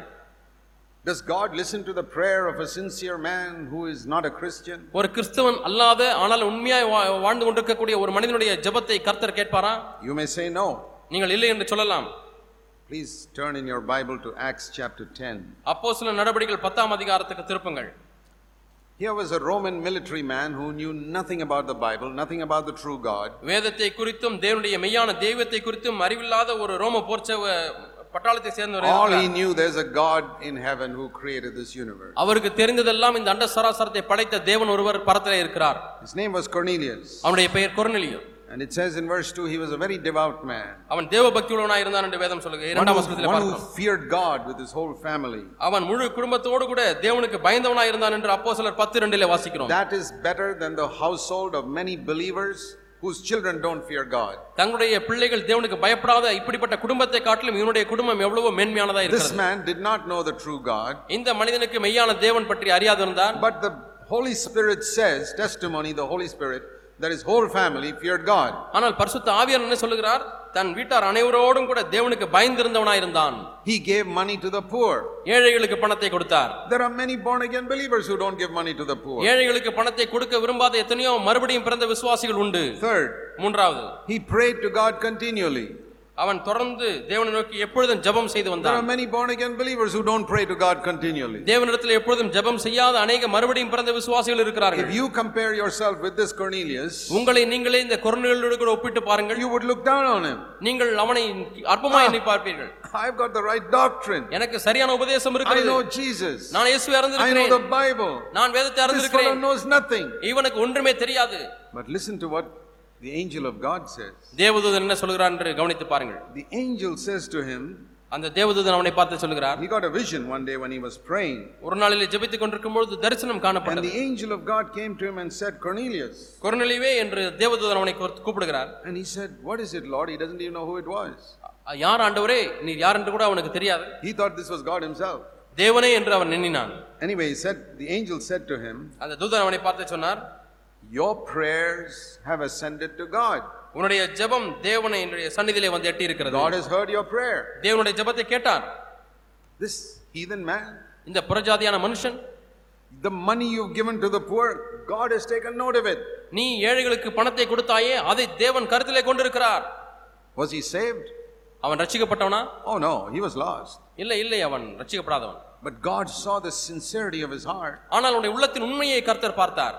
A: Does God listen to the prayer of a sincere man who is not a Christian?
B: ஒரு கிறிஸ்தவன் அல்லாத ஆனால் உண்மையாய் வா- வாழ்ந்து கொண்டிருக்கக்கூடிய ஒரு மனிதனுடைய ஜெபத்தை கர்த்தர் கேட்பாரா
A: You may say no.
B: நீங்கள் இல்லை என்று சொல்லலாம்
A: Please turn in your Bible to Acts chapter 10.
B: அப்போ சில நடவடிக்கைகள் பத்தாம் அதிகாரத்துக்கு திருப்புங்கள்
A: Here was a Roman military man who knew nothing about the Bible, nothing about the true God.
B: வேதத்தை குறித்தும் தேவனுடைய மெய்யான தெய்வத்தை குறித்தும் அறிவில்லாத ஒரு ரோம போர்ச்சவ பட்டாளத்தை சேர்ந்தவர்
A: All he
B: இருக்கிறார்.
A: knew there's a God in heaven who created this universe.
B: அவருக்கு தெரிந்ததெல்லாம் இந்த அண்ட சராசரத்தை படைத்த தேவன் ஒருவர் பரத்திலே இருக்கிறார்
A: His name was Cornelius.
B: அவனுடைய பெயர் கொர்நெலியு
A: And it says in verse 2 he was a very devout man.
B: அவன் தேவ பக்தியுள்ளவனாய் இருந்தான் என்று வேதம் சொல்லுகிறது
A: One
B: இரண்டாம்
A: who,
B: வசனத்தில்
A: one who
B: பார்க்கிறோம்
A: feared God with his whole family.
B: அவன் முழு குடும்பத்தோடு கூட தேவனுக்கு பயந்தவனாய் இருந்தான் என்று அப்போ சிலர் பத்து ரெண்டிலே வாசிக்கிறோம்
A: That is better than the household of many believers whose children don't fear God.
B: தங்களுடைய பிள்ளைகள் தேவனுக்கு பயப்படாத இப்படிப்பட்ட குடும்பத்தை காட்டிலும் இவனுடைய குடும்பம் எவ்வளவோ மேன்மையானதா
A: This
B: இருக்கிறது
A: man did not know the true God,
B: இந்த மனிதனுக்கு மெய்யான தேவன் பற்றி அறியாதிருந்தார்
A: but the Holy Spirit says, testimony, the Holy Spirit, that his whole family feared God.
B: ஆனால் பரிசுத்த ஆவியார் என்ன சொல்லுகிறார் தன் வீட்டார் அனைவரோடும் கூட தேவனுக்கு பயந்திருந்தவனாயிருந்தான்
A: He gave money to the poor.
B: ஏழைகளுக்கு பணத்தை கொடுத்தார்
A: There are many born again believers who don't give money to the poor.
B: ஏழைகளுக்கு பணத்தை கொடுக்க விரும்பாத எத்தனையோ மறுபடியும் பிறந்த விசுவாசிகள் உண்டு
A: Third,
B: மூன்றாவது
A: he prayed to God continually.
B: அவன் தொடர்ந்து தேவனை நோக்கி எப்பொழுதும் ஜெபம் செய்து
A: There are
B: வந்தான்
A: many born again believers who don't pray to God continually.
B: தேவனிடத்தில் எப்பொழுதும் ஜெபம் செய்யாத அநேக மறுபடியும் பிறந்த விசுவாசிகள் இருக்கிறார்கள்
A: If you compare yourself with this Cornelius,
B: உங்களை நீங்களே இந்த கொரோனாவோடு கூட ஒப்பிட்டு பாருங்கள்
A: you Ah. would look down on him.
B: நீங்கள் அவனை அற்பமாய் எண்ணி பார்ப்பீர்கள்
A: I've got the right doctrine.
B: எனக்கு சரியான உபதேசம்
A: I
B: இருக்கிறது
A: know Jesus.
B: நான் இயேசுவை
A: I know
B: அறிந்திருக்கிறேன்
A: the Bible.
B: நான்
A: This
B: வேதத்தை
A: fellow
B: அறிந்திருக்கிறேன்
A: knows nothing.
B: இவனுக்கு ஒன்றுமே தெரியாது
A: But listen to what the angel of God says.
B: தேவதூதன் என்ன சொல்கிறான் என்று கவனித்து பாருங்கள்
A: The angel says to him,
B: அந்த தேவதூதன் அவனை பார்த்து சொல்கிறார்
A: he got a vision one day when he was praying.
B: ஒரு நாளில் ஜெபித்துக் கொண்டிருக்கும் பொழுது தரிசனம்
A: And
B: காணப்பட்டது
A: the angel of God came to him and said, Cornelius.
B: கொர்நலிவே என்று தேவதூதன் அவனை கோர்த்து கூப்பிடுகிறார்
A: And he said, What is it, Lord? He doesn't even know who it was.
B: அ- யார் ஆண்டவரே நீர் யார் என்று கூட அவனுக்கு தெரியாது
A: He thought this was God himself.
B: தேவனே என்று அவன் எண்ணினான்
A: Anyway, he said, the angel said to him,
B: அந்த தூதன் அவனை பார்த்து சொன்னார்
A: Your prayers have ascended to God.
B: உன்னுடைய ஜெபம் தேவனை என்னுடைய சந்நிதியிலே வந்து எட்டி இருக்கிறது
A: God has heard your prayer.
B: தேவனுடைய ஜெபத்தை கேட்டார்
A: This heathen man,
B: இந்த புறஜாதியான மனுஷன்
A: the money you've given to the poor, God has taken note of it.
B: நீ ஏழைகளுக்கு பணத்தை கொடுத்தாயே அதை தேவன் கருத்திலே கொண்டிருக்கிறார்
A: Was he saved?
B: அவன் ரட்சிக்கப்பட்டவனா
A: Oh no, he was lost.
B: இல்லை இல்லை அவன் ரட்சிக்கப்படாதவன்
A: But God saw the sincerity of his heart
B: ஆனால் அவனுடைய உள்ளத்தின் உண்மையை கர்த்தர் பார்த்தார்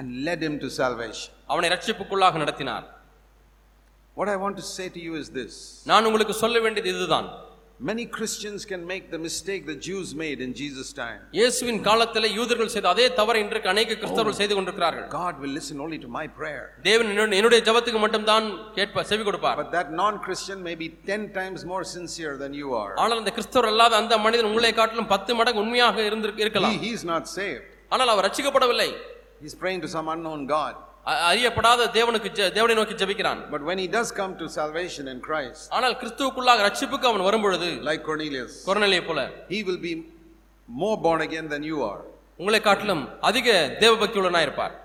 A: and led him to salvation.
B: அவனை ரட்சிப்புக்குள்ளாக நடத்தினார்
A: What I want to say to you is this
B: நான் உங்களுக்கு சொல்ல வேண்டியது இதுதான்
A: many Christians can make the mistake the Jews made in Jesus' time.
B: இயேசுவின் காலத்தில் யூதர்கள் செய்த அதே தவறை இன்றைக்கு அநேக கிறிஸ்தவர்கள் செய்து கொண்டிருக்கிறார்கள்
A: God will listen only to my prayer.
B: தேவன் என்னுடைய- என்னுடைய ஜெபத்துக்கு மட்டும்தான் கேட்ப செவி கொடுப்பார்
A: But that non Christian may be 10 times more sincere than you are.
B: ஆனால் அந்த கிறிஸ்தவர் அல்லாத அந்த மனிதன் உங்களை காட்டிலும் பத்து மடங்கு உண்மையாக இருந்திருக்க இருக்கலாம்
A: He, he's not saved,
B: ஆனால் அவர் ரட்சிக்கப்படவில்லை
A: he's praying to some unknown God.
B: அ- அறியப்படாத தேவனுக்கு ஜெ- தேவனை நோக்கி ஜெபிக்கிறான்
A: But when he does come to salvation in Christ,
B: ஆனால் கிறிஸ்துவுக்குள்ளாக ரட்சிப்புக்கு அவன் வரும்பொழுது
A: like Cornelius,
B: கொரநிலையை போல
A: he will be more born again than you are.
B: உங்களை காட்டிலும் அதிக தேவபக்தியுள்ளனாக இருப்பார்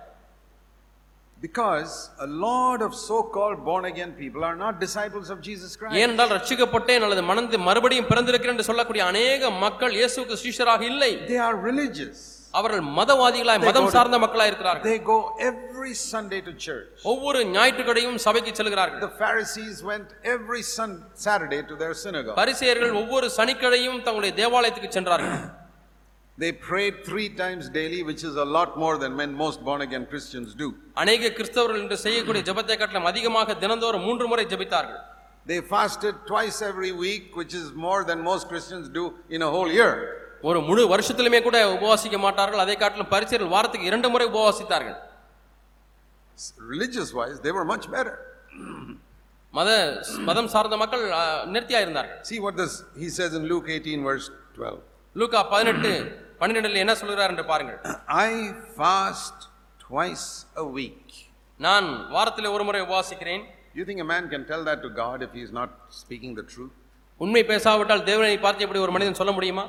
A: Because a lot of so called born again people are not disciples of Jesus Christ.
B: ஏனென்றால் ரட்சிக்கப்பட்டேன் அல்லது மனந்து மறுபடியும் பிறந்திருக்கிறேன் என்று சொல்லக்கூடிய அநேக மக்கள் இயேசுவுக்கு சீஷராக இல்லை
A: They are religious.
B: அவர்கள் மதவாதிகளாய் மதம் சார்ந்த மக்களாய் இருக்கிறார்கள்
A: They go every Sunday to church.
B: ஒவ்வொரு ஞாயிற்றுக்கிடையும் சபைக்கு செல்கிறார்கள்
A: The Pharisees went every sun- Saturday to their synagogue.
B: பரிசேயர்கள் ஒவ்வொரு சனிக்கிழையும் தங்களுடைய தேவாலயத்துக்கு சென்றார்கள்
A: They prayed three times daily, which is a lot more than when most born again Christians do.
B: அநேக கிறிஸ்தவர்கள் இன்று செய்யக்கூடிய ஜெபத்தை காட்டிலும் அதிகமாக தினந்தோறும் மூன்று முறை ஜெபித்தார்கள்
A: They fasted twice every week, which is more than most Christians do in a whole year.
B: ஒரு முழு வருஷத்திலுமே கூட உபவாசிக்க மாட்டார்கள் அதை காட்டிலும் பரிசேயர்கள் வாரத்துக்கு இரண்டு முறை உபவாசித்தார்கள்
A: Religious wise, they were much better.
B: மத மதம் சார்ந்த மக்கள் நிறுத்தியா இருந்தார்கள்
A: See what this he says in Luke 18, verse 12.
B: லூக்கா பதினெட்டு பன்னிரெண்டுல என்ன சொல்கிறார் என்று பாருங்கள்
A: I fast twice a week.
B: நான் வாரத்தில் ஒரு முறை உபவாசிக்கிறேன்
A: Do you think a man can tell that to God if he's not speaking the truth?
B: உண்மை பேசாவிட்டால் தேவனை பார்த்து இப்படி ஒரு மனிதன் சொல்ல முடியுமா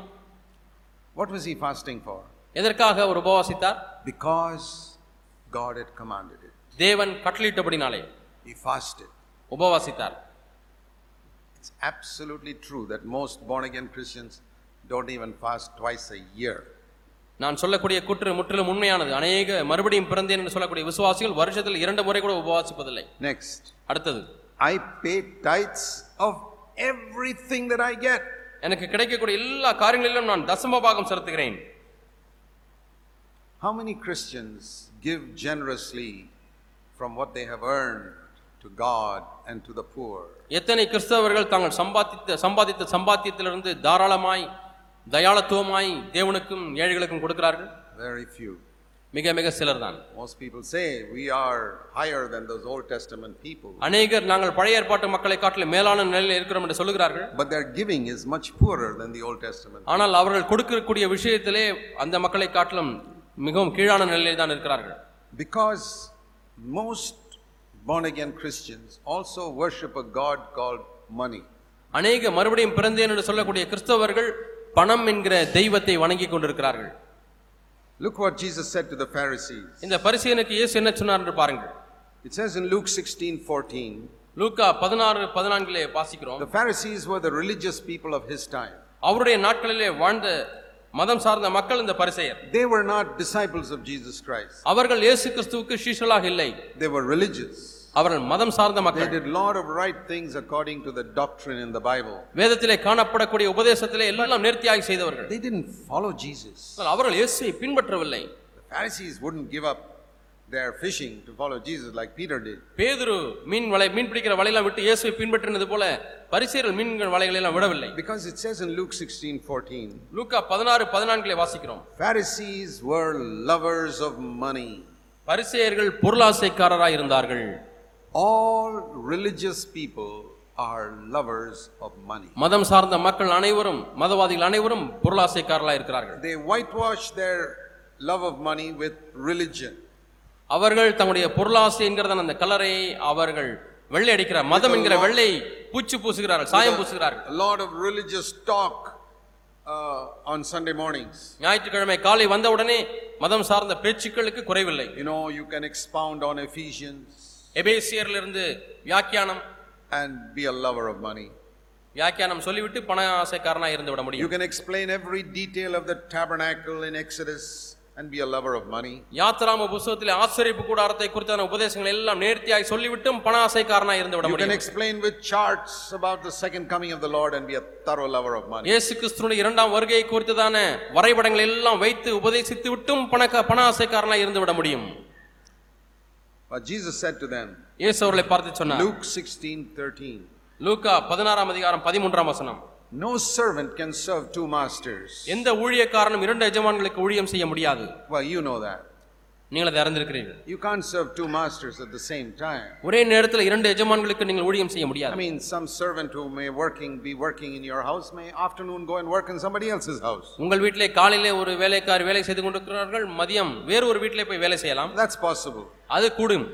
A: What was he fasting for?
B: எதற்காக அவர் உபவாசித்தார்
A: Because God had commanded it.
B: தேவன் கட்டளையிட்டபடினாலே
A: He fasted.
B: உபவாசித்தார்
A: It's absolutely true that most born again Christians don't even fast twice a year.
B: நான் சொல்லக்கூடிய கூற்று முற்றிலும் உண்மையானது அநேக மறுபடியும் பிறந்தேன் என்று சொல்லக்கூடிய விசுவாசிகள் வருஷத்தில் இரண்டு முறை கூட உபவாசிப்பதில்லை
A: Next,
B: அடுத்தது
A: I pay tithes of everything that I get.
B: எனக்கு கிடைக்கக்கூடிய எல்லா காரியங்களிலும் நான் தசம பாகம் செலுத்துகிறேன்
A: How many Christians give generously from what they have earned to God and to the poor?
B: எத்தனை கிறிஸ்தவர்கள் தாங்கள் சம்பாதித்த சம்பாதித்த சம்பாத்தியத்திலிருந்து தாராளமாய் தயாளத்துவமாய் தேவனுக்கும் ஏழைகளுக்கும் கொடுக்கிறார்கள்
A: Very few.
B: மிக மிக சிலர் தான்
A: Most people say we are higher than those Old Testament people,
B: அநேகர் நாங்கள் பழைய ஏற்பாட்டு மக்களை காட்டிலும் மேலான நிலையில் இருக்கிறோம் என்று சொல்லுகிறார்கள்
A: but their giving is much poorer than the Old Testament.
B: ஆனால் அவர்கள் கொடுக்கக்கூடிய விஷயத்திலே அந்த மக்களை காட்டிலும் மிகவும் கீழான நிலையில் தான் இருக்கிறார்கள்
A: Because most born again Christians also worship a God called money.
B: அநேக மறுபடியும் பிறந்தேன் என்று சொல்லக்கூடிய கிறிஸ்தவர்கள் பணம் என்கிற தெய்வத்தை வணங்கி கொண்டிருக்கிறார்கள்
A: Look what Jesus said to the Pharisees.
B: இந்த பரிசீலனுக்கு இயேசு என்ன சொன்னார் என்று பாருங்கள்
A: It says in Luke 16 14,
B: லூக்கா பதினாறு பதினான்கிலே வாசிக்கிறோம்
A: the Pharisees were the religious people of his time.
B: அவருடைய நாட்களிலே வாழ்ந்த மதம் சார்ந்த மக்கள் இந்த பரிசெயர்
A: They were not disciples of Jesus Christ,
B: அவர்கள் இயேசு கிறிஸ்துவுக்கு சீஷலாக இல்லை
A: they were religious.
B: அவர்கள் மதம் சார்ந்த
A: They
B: மக்கள்
A: did lot of right things according to the doctrine in the Bible.
B: வேதத்திலே காணப்படக்கூடிய உபதேசத்திலே எல்லாம் நேர்த்தியாக செய்தவர்கள்
A: They didn't follow Jesus.
B: ஆனால் அவர்கள் இயேசுவை பின்பற்றவில்லை
A: The Pharisees wouldn't give up their fishing to follow Jesus like Peter did.
B: பேதுரு மீன் வலை மீன் பிடிக்கிற வலையெல்லாம் விட்டு இயேசுவை பின்பற்றினது போல பரிசேயர்கள் மீன்கள் வலைகளை எல்லாம் விடவில்லை
A: Because it says in Luke 16 14,
B: லூக்கா பதினாறு பதினான்கிலே வாசிக்கிறோம்
A: Pharisees were lovers of money.
B: பரிசேயர்கள் பொருளாசைக்காரராய் இருந்தார்கள்
A: All religious people are lovers of money.
B: மதம் சார்ந்த மக்கள் அனைவரும் மதவாதிகள் அனைவரும் பொருளாசைக்காரராய் இருக்கிறார்கள்
A: They whitewash their love of money with religion,
B: அவர்கள் தங்களுடைய பொருளாசை என்கிறதான அந்த கலரை அவர்கள் வெள்ளை அடிக்கிற மதம் என்கிற வெள்ளை பூச்சு பூசுகிறார்கள் சாயம் பூசுகிறார்கள்
A: a lot of religious talk uh, on Sunday mornings.
B: ஞாயிற்றுக்கிழமை காலை வந்தவுடனே மதம் சார்ந்த பேச்சுக்களுக்கு குறைவில்லை
A: You know, you can expound on Ephesians
B: எபேசியரிலிருந்து வியாக்கியானம்
A: and be a lover of money.
B: வியாக்கியானம் சொல்லிவிட்டு பண ஆசைக்காரனாக இருந்து விட
A: You
B: முடியும்
A: can explain every detail of the tabernacle in Exodus and be a lover of money.
B: யாத்ராம புஸ்தகத்தில் ஆசிரியப்பு கூடாரத்தை குறித்தான உபதேசங்கள் எல்லாம் நேர்த்தியாக சொல்லிவிட்டும் பண ஆசைக்காரனாக இருந்து விட
A: You can
B: முடியும்
A: explain with charts about the second coming of the Lord and be a thorough lover of money.
B: இயேசு கிறிஸ்துவின் இரண்டாம் வருகையை குறித்ததான வரைபடங்களை எல்லாம் வைத்து உபதேசித்து விட்டும் பணக்க பண ஆசைக்காரனாக இருந்து விட முடியும்
A: But Jesus said to them,
B: இயேசு அவர்களை பார்த்து சொன்னார்
A: Luke 16 13,
B: லூக்கா பதினாறாம் அதிகாரம் பதிமூன்றாம் வசனம்
A: No servant can serve two masters.
B: எந்த ஊழியக்காரனும் இரண்டு எஜமான்களுக்கு ஊழியம் செய்ய முடியாது
A: Well, you know that.
B: நீங்கள் அதை அறிந்திருக்கிறீர்கள்
A: You can't serve two masters at the same time.
B: ஒரே நேரத்தில் இரண்டு எஜமான்களுக்கு நீங்கள் ஊழியம் செய்ய
A: I
B: முடியாது
A: mean, some servant who may working be working in your house may afternoon go and work in somebody else's house.
B: உங்கள் வீட்டிலே காலையிலே ஒரு வேலைக்கார் வேலை செய்து கொண்டிருக்கிறார்கள் மதியம் வேறு ஒரு வீட்டிலே போய் வேலை செய்யலாம்
A: That's possible.
B: அது கூடும்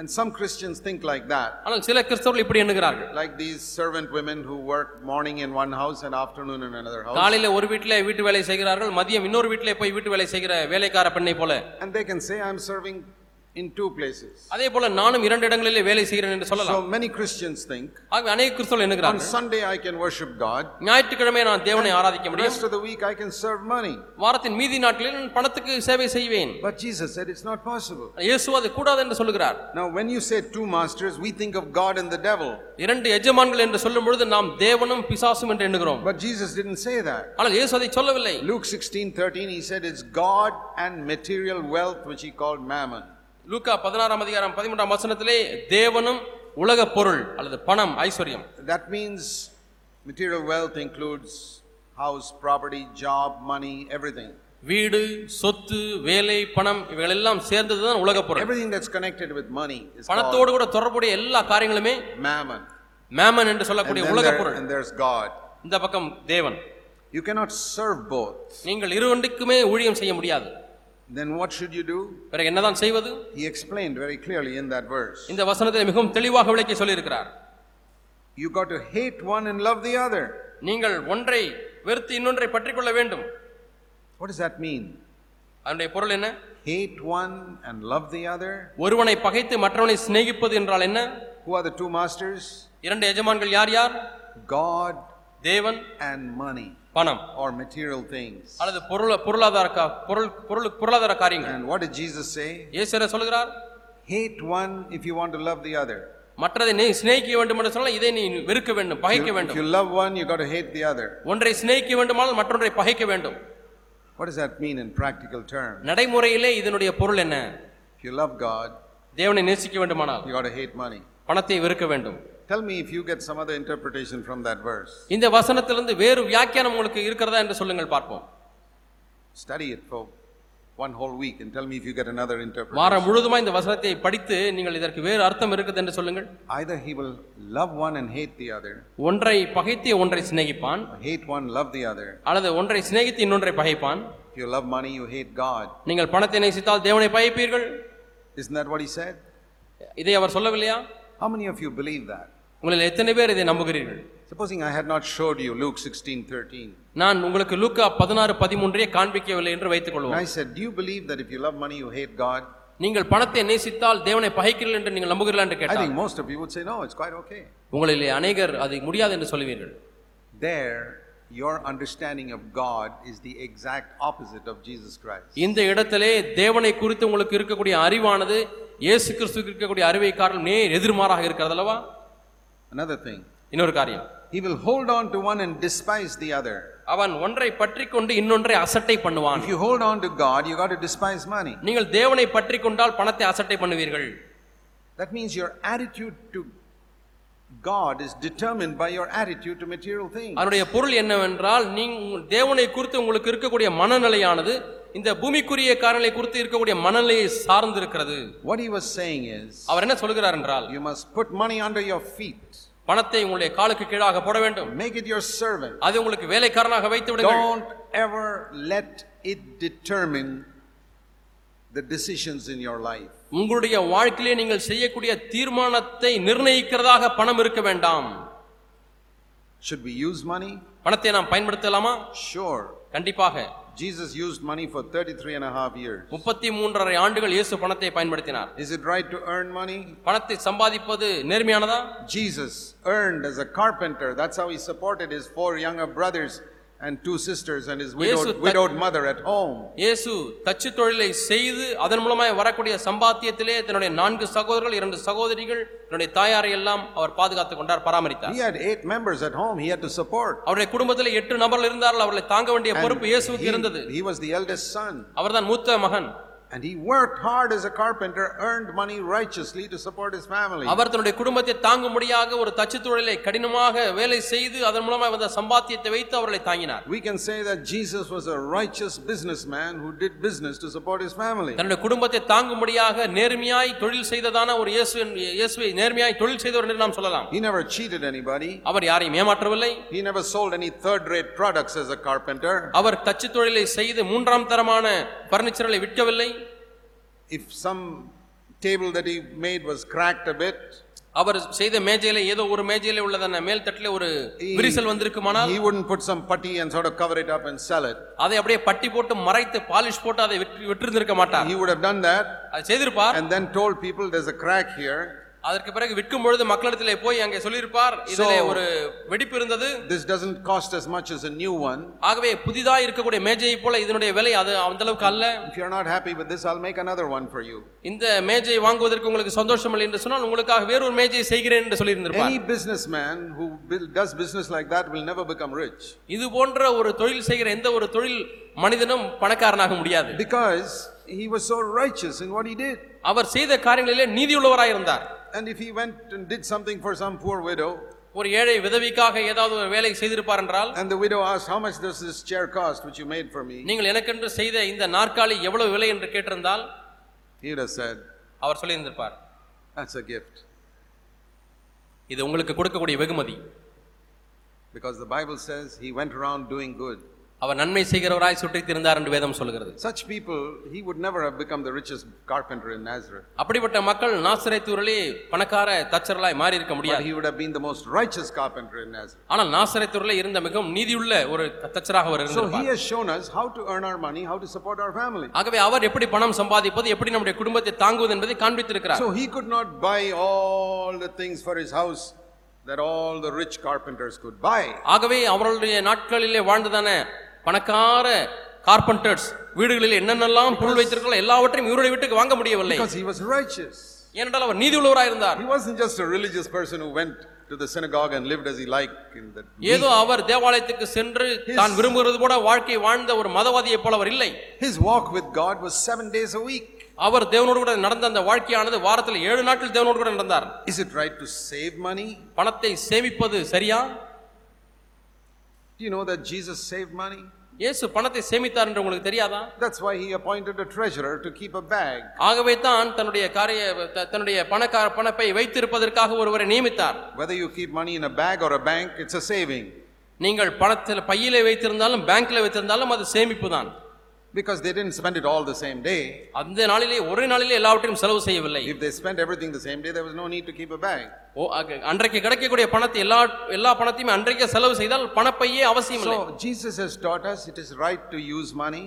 A: And some Christians think like that.
B: ஆனால் சில கிறிஸ்தவர்கள் இப்படி எண்ணுகிறார்கள்
A: like these servant women who work morning in one house and afternoon in another house
B: காலையில ஒரு வீட்டிலே வீட்டு வேலை செய்கிறார்கள் மதியம் இன்னொரு வீட்டிலே போய் வீட்டு வேலை செய்கிற வேலைக்கார பெண்ணை போல
A: and they can say i'm serving in two places
B: அதே போல நானும் இரண்டு இடங்களிலே வேலை செய்கிறேன் என்று
A: so
B: சொல்லலாம்
A: many christians think
B: ஆகவே அநேக கிறிஸ்தவர்கள்
A: on
B: எண்ணுகிறார்கள்
A: sunday i can worship god
B: ஞாயிற்றுக்கிழமை நான் தேவனை ஆராதிக்க
A: the
B: முடியும்
A: rest of the week i can serve money
B: வாரத்தின் மீதி நாட்களில் நான் பணத்துக்கு சேவை செய்வேன்
A: but jesus said it's not possible
B: இயேசு அது கூடாது என்று சொல்லுகிறார்
A: now when you say two masters we think of god and the devil
B: இரண்டு எஜமான்கள் என்று சொல்லும் பொழுது நாம் தேவனும் பிசாசும் என்று எண்ணுகிறோம்
A: but jesus didn't say that
B: ஆனால் இயேசு அதை சொல்லவில்லை
A: luke 16 13 he said it's god and material wealth which he called mammon
B: லூக்கா பதினாறாம் அதிகாரம் பதிமூன்றாம் வசனத்திலே தேவனும் உலக பொருள் அல்லது பணம் ஐஸ்வர்யம்
A: That means material wealth includes house, property, job, money, everything.
B: வீடு சொத்து வேலை பணம் இவைகளெல்லாம் சேர்ந்ததுதான் உலக பொருள்
A: Everything that's connected with money is called
B: பணத்தோடு கூட தொடர்புடைய எல்லா காரியங்களுமே
A: mammon.
B: மேமன் என்று
A: And,
B: சொல்லக்கூடிய
A: then
B: உலக
A: there-
B: பொருள்
A: and there's God.
B: இந்த பக்கம் தேவன்
A: You cannot serve both.
B: நீங்கள் இருவண்டுக்குமே ஊழியம் செய்ய முடியாது
A: Then what should you do?
B: பிறகு என்னதான் செய்வது
A: He explained very clearly in that verse.
B: இந்த வசனத்தை மிகவும் தெளிவாக விளக்கி சொல்லியிருக்கிறார்
A: You got to hate one and love the other.
B: நீங்கள் ஒன்றை வெறுத்து இன்னொன்றை பற்றிக்கொள்ள வேண்டும்
A: What does that mean?
B: அதனுடைய பொருள் என்ன
A: Hate one and love the other?
B: ஒருவனை பகைத்து மற்றவனை சிநேகிப்பது என்றால் என்ன
A: Who are the two masters?
B: இரண்டு எஜமான்கள் யார் யார்
A: God
B: தேவன்
A: and money.
B: பணம்
A: or material things.
B: அல்லது பொருள பொருளாதார கா- பொருள் பொருள் பொருளாதார காரியங்கள்
A: And what did Jesus say?
B: இயேசுவர சொல்கிறார்
A: Hate one if you want to love the other.
B: மற்றதை நீ சிநேகிக்க வேண்டும் என்று சொன்னால் இதை நீ வெறுக்க வேண்டும் பகைக்க
A: If
B: வேண்டும்
A: you love one, you got to hate the other.
B: ஒன்றை சிநேகிக்க வேண்டுமானால் மற்றொன்றை பகைக்க வேண்டும்
A: What does that mean in practical terms?
B: நடைமுறையிலே இதனுடைய பொருள் என்ன
A: If you love God,
B: தேவனை நேசிக்க வேண்டுமானால்
A: you got to hate money.
B: பணத்தை வெறுக்க வேண்டும்
A: Tell me if you get some other interpretation from that verse.
B: இந்த வசனத்திலிருந்து வேறு வியாக்கியானம் உங்களுக்கு இருக்கிறதா என்று சொல்லுங்கள் பார்ப்போம்
A: Study it for one whole week and tell me if you get another interpretation.
B: வாரம் முழுதுமா இந்த வசனத்தை படித்து நீங்கள் இதற்கு வேறு அர்த்தம் இருக்குது என்று சொல்லுங்கள்
A: Either he will love one and hate the other,
B: ஒன்றை பகைத்து ஒன்றை சிநேகிப்பான்
A: or hate one, love the other.
B: அல்லது ஒன்றை சிநேகித்து இன்னொன்றை பகைப்பான்
A: If you love money, you hate God.
B: நீங்கள் பணத்தை நேசித்தால் தேவனை பகைப்பீர்கள்
A: Isn't that what he said?
B: இதை அவர் சொல்லவில்லையா
A: How many of you believe that?
B: உங்களில் எத்தனை பேர் இதை நம்புகிறீர்கள்
A: Supposing I had not showed you Luke 16 13.
B: நான் உங்களுக்கு லூக்கா பதினாறு பதிமூன்றையே காண்பிக்கவில்லை என்று வைத்துக்
A: And
B: கொள்வோம்
A: I said, Do you believe that if you love money, you hate God?
B: நீங்கள் பணத்தை நேசித்தால் தேவனை பகைக்கிறீர்கள் என்று நீங்கள் நம்புகிறீர்கள் என்று
A: I
B: கேட்டார்
A: think most of you would say, No, it's quite okay.
B: உங்களிலே அநேகர் அது முடியாது என்று சொல்லுவீர்கள்
A: There, your understanding of God is the exact opposite of Jesus Christ.
B: இந்த இடத்திலே தேவனை குறித்து உங்களுக்கு இருக்கக்கூடிய அறிவானது இயேசு கிறிஸ்துவுக்கு இருக்கக்கூடிய அறிவை காரணம் நேர் எதிர்மாறாக இருக்கிறது அல்லவா
A: Another thing,
B: இன்னொரு காரியம்
A: he will hold on to one and despise the other.
B: அவன் ஒன்றை பற்றி கொண்டு இன்னொன்றை அசட்டை பண்ணுவான்
A: If you hold on to God, you got to despise money.
B: நீங்கள் தேவனை பற்றி கொண்டால் பணத்தை அசட்டை பண்ணுவீர்கள்
A: That means your attitude to God is determined by your attitude to material things.
B: அதனுடைய பொருள் என்னவென்றால் நீங்கள் தேவனை குறித்து உங்களுக்கு இருக்கக்கூடிய மனநிலையானது இந்த பூமிக்குரிய காரங்களை குறித்து இருக்கக்கூடிய மனநிலையை சார்ந்திருக்கிறது
A: What he was saying is,
B: அவர் என்ன சொல்கிறார் என்றால்
A: you must put money under your feet,
B: பணத்தை உங்களுடைய காலுக்கு கீழாக போட வேண்டும்
A: make it your servant.
B: அது உங்களுக்கு வேலைக்காரனாக வைத்து விடுங்கள்
A: Don't ever let it determine the decisions in your life.
B: உங்களுடைய வாழ்க்கையிலே நீங்கள் செய்யக்கூடிய தீர்மானத்தை நிர்ணயிக்கிறதாக பணம் இருக்க வேண்டாம்
A: Should we use money?
B: பணத்தை நாம் பயன்படுத்தலாமா
A: Sure.
B: கண்டிப்பாக
A: Jesus used money for 33 and a half years.
B: முப்பத்தி மூன்றரை ஆண்டுகள் இயேசு பணத்தை பயன்படுத்தினார்
A: Is it right to earn money?
B: பணத்தை சம்பாதிப்பது நேர்மையானதா
A: Jesus earned as a carpenter. That's how he supported his four younger brothers and two sisters and his widowed,
B: that-
A: widowed mother at home.
B: இயேசு தச்சு தொழிலை செய்து அதன் மூலமாய் வரக்கூடிய சம்பாத்தியத்திலே தன்னுடைய நான்கு சகோதரர்கள் இரண்டு சகோதரிகள் தன்னுடைய தாயாரை எல்லாம் அவர் பாதுகாத்துக் கொண்டார் பராமரித்தார்
A: He had eight members at home he had to support.
B: அவருடைய குடும்பத்தில் எட்டு நபர்கள் இருந்தார்கள் அவர்களை தாங்க வேண்டிய பொறுப்பு இயேசுவுக்கு இருந்தது
A: He, he was the eldest son.
B: அவர்தான் மூத்த மகன்
A: And he worked hard as a carpenter, earned money righteously to support his family.
B: அவர் தன்னுடைய குடும்பத்தை தாங்கும்படியாக ஒரு தச்சு தொழிலை கடினமாக வேலை செய்து அதன் மூலமாய் வந்த சம்பாத்தியத்தை வைத்து அவர்களை தாங்கினார்
A: We can say that Jesus was a righteous businessman who did business to support his family.
B: தன்னுடைய குடும்பத்தை தாங்கும்படியாக நேர்மையாய் தொழில் செய்ததான ஒரு இயேசு இயேசுவை நேர்மையாய் தொழில் செய்தவர் என்று நாம் சொல்லலாம்
A: He never cheated anybody.
B: அவர் யாரையும் ஏமாற்றவில்லை
A: He never sold any third rate products as a carpenter.
B: அவர் தச்சு தொழிலை செய்து மூன்றாம் தரமான பர்னிச்சர்களை விற்கவில்லை
A: If some table that he made was cracked a bit,
B: அவர் செய்த மேஜையில ஏதோ ஒரு மேஜையில உள்ளதான மேல் தட்டிலே ஒரு விரிசல் வந்திருக்குமானால்
A: he wouldn't put some putty and sort of cover it up and sell it.
B: அதை அப்படியே பட்டி போட்டு மறைத்து பாலிஷ் போட்டு அதை விற்று விற்றிருந்திருக்க மாட்டார்
A: He would have done that
B: அதை செய்திருப்பார்
A: and then told people there's a crack here.
B: அதற்கு பிறகு விற்கும் பொழுது மக்களிடத்திலே போய் அங்கே சொல்லியிருப்பார் இதிலே ஒரு வெடிப்பு இருந்தது
A: This doesn't cost as much as a new one.
B: ஆகவே புதிதாக இருக்கக்கூடிய மேஜையை போல இதனுடைய விலை அது அந்த அளவுக்கு அல்ல
A: If you're not happy with this, I'll make another one for you.
B: இந்த மேஜை வாங்குவதற்கு உங்களுக்கு சந்தோஷம் இல்லை என்று சொன்னால் உங்களுக்காக வேறொரு மேஜையை செய்கிறேன் என்று சொல்லியிருந்திருப்பார்
A: Any businessman who build, does business like that will never become rich
B: இது போன்ற ஒரு தொழில் செய்கிற எந்த ஒரு தொழில் மனிதனும் பணக்காரனாக முடியாது
A: because he was so righteous in what he did.
B: அவர் செய்த காரியங்களிலே நீதியுள்ளவராய் இருந்தார்
A: And if he went and did something for some poor widow,
B: ஒரு ஏழை விதவிக்காக ஏதாவது ஒரு வேலை செய்திருப்பார் என்றால்
A: and the widow asked, How much does this chair cost which you made for me?
B: நீங்கள் எனக்கென்று செய்த இந்த நாற்காலி எவ்வளவு விலை என்று கேட்டிருந்தால்
A: He would have said,
B: our சொல்லியிருந்திருப்பார்
A: That's a gift.
B: இது உங்களுக்கு கொடுக்கக்கூடிய வெகுமதி
A: Because the Bible says he went around doing good.
B: அவர் நன்மை செய்கிறவராய் சுற்றித் இருந்தார் என்று வேதம் சொல்கிறது
A: Such people, he would never have become the richest carpenter in Nazareth.
B: அப்படிப்பட்ட மக்கள் நாசரேத்தூரிலே பணக்கார தச்சர்களாய் மாறி இருக்க
A: But
B: முடியாது
A: he would have been the most righteous carpenter in Nazareth.
B: ஆனால் நாசரேத்தூரிலே இருந்த மிகவும் நீதியுள்ள ஒரு தச்சராக அவர்
A: So he
B: இருந்திருப்பார்
A: has shown us how to earn our money, how to support our family.
B: ஆகவே அவர் எப்படி பணம் சம்பாதிப்பது எப்படி நம்முடைய குடும்பத்தை தாங்குவது என்பதை காண்பித்திருக்கிறார்
A: So he could not buy all the things for his house that all the rich carpenters could buy.
B: ஆகவே அவர்களுடைய நாட்களிலே வாழ்ந்ததான பணக்கார கார்பெண்டர்ஸ் வீடுகளில் என்னென்னலாம் பொருள் வைத்திருக்கலாம் எல்லாவற்றையும் இவருடைய வீட்டுக்கு வாங்க முடியவில்லை
A: Because he was righteous.
B: ஏனென்றால் அவர் நீதி உள்ளவராக இருந்தார்
A: He wasn't just a religious person who went to the synagogue and lived as he liked in that.
B: ஏதோ அவர் தேவாலயத்துக்கு சென்று தான் விரும்புகிறது போல வாழ்க்கை வாழ்ந்த ஒரு மதவாதியை போல அவர் இல்லை
A: His walk with God was seven days a week.
B: அவர் தேவனோடு கூட நடந்த அந்த வாழ்க்கையானது வாரத்தில் ஏழு நாட்கள் தேவனோடு கூட நடந்தார்
A: Is it right to save money?
B: பணத்தை சேமிப்பது சரியா
A: Do you know that Jesus saved money?
B: இயேசு பணத்தை சேமித்தார் என்று உங்களுக்கு தெரியாதா
A: That's why he appointed a treasurer to keep a bag.
B: ஆகவே தான் தன்னுடைய காரிய த- தன்னுடைய பணக்கார பணப்பை வைத்திருப்பதற்காக ஒருவரை நியமித்தார்
A: Whether you keep money in a bag or a bank, it's a saving.
B: நீங்கள் பணத்தில் பையிலே வைத்திருந்தாலும் பேங்க்ல வைத்திருந்தாலும் அது சேமிப்பு தான்
A: Because they didn't spend it all the same day.
B: அந்த நாளிலே ஒரே நாளிலே எல்லாவற்றையும் செலவு செய்யவில்லை
A: If they spent everything the same day, there was no need to keep a bag.
B: ஓ, அக- அன்றைக்கு கிடைக்கக்கூடிய பணத்தை எல்லா எல்லா பணத்தையும் அன்றைக்கே செலவு செய்தால் பணப்பையே அவசியம் இல்லை
A: So Jesus has taught us it is right to use money.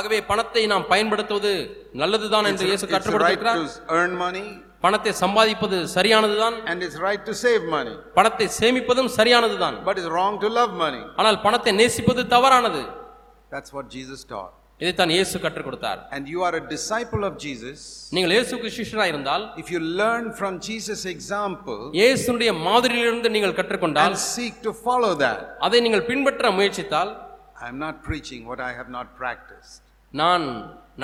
B: ஆகவே பணத்தை நாம் பயன்படுத்துவது நல்லதுதான்
A: It's,
B: என்று இயேசு
A: it's
B: கற்றுக்
A: right
B: கொடுத்திருக்கிறார்
A: to earn money
B: பணத்தை சம்பாதிப்பது சரியானதுதான்
A: and it's right to save money.
B: பணத்தை சேமிப்பதும் சரியானதுதான்
A: But it's wrong to love money.
B: ஆனால் பணத்தை நேசிப்பது தவறானது
A: That's what Jesus taught.
B: இதைத்தான் இயேசு கற்றுக் கொடுத்தார்
A: And you are a disciple of Jesus.
B: நீங்கள் இயேசுக்கு சிஷ்யராக இருந்தால்
A: If you learn from Jesus' example
B: இயேசுடைய மாதிரியிலிருந்து நீங்கள் கற்றுக்கொண்டால்
A: and seek to follow that,
B: அதை நீங்கள் பின்பற்ற முயற்சித்தால்
A: I'm not preaching what I have not practiced.
B: நான்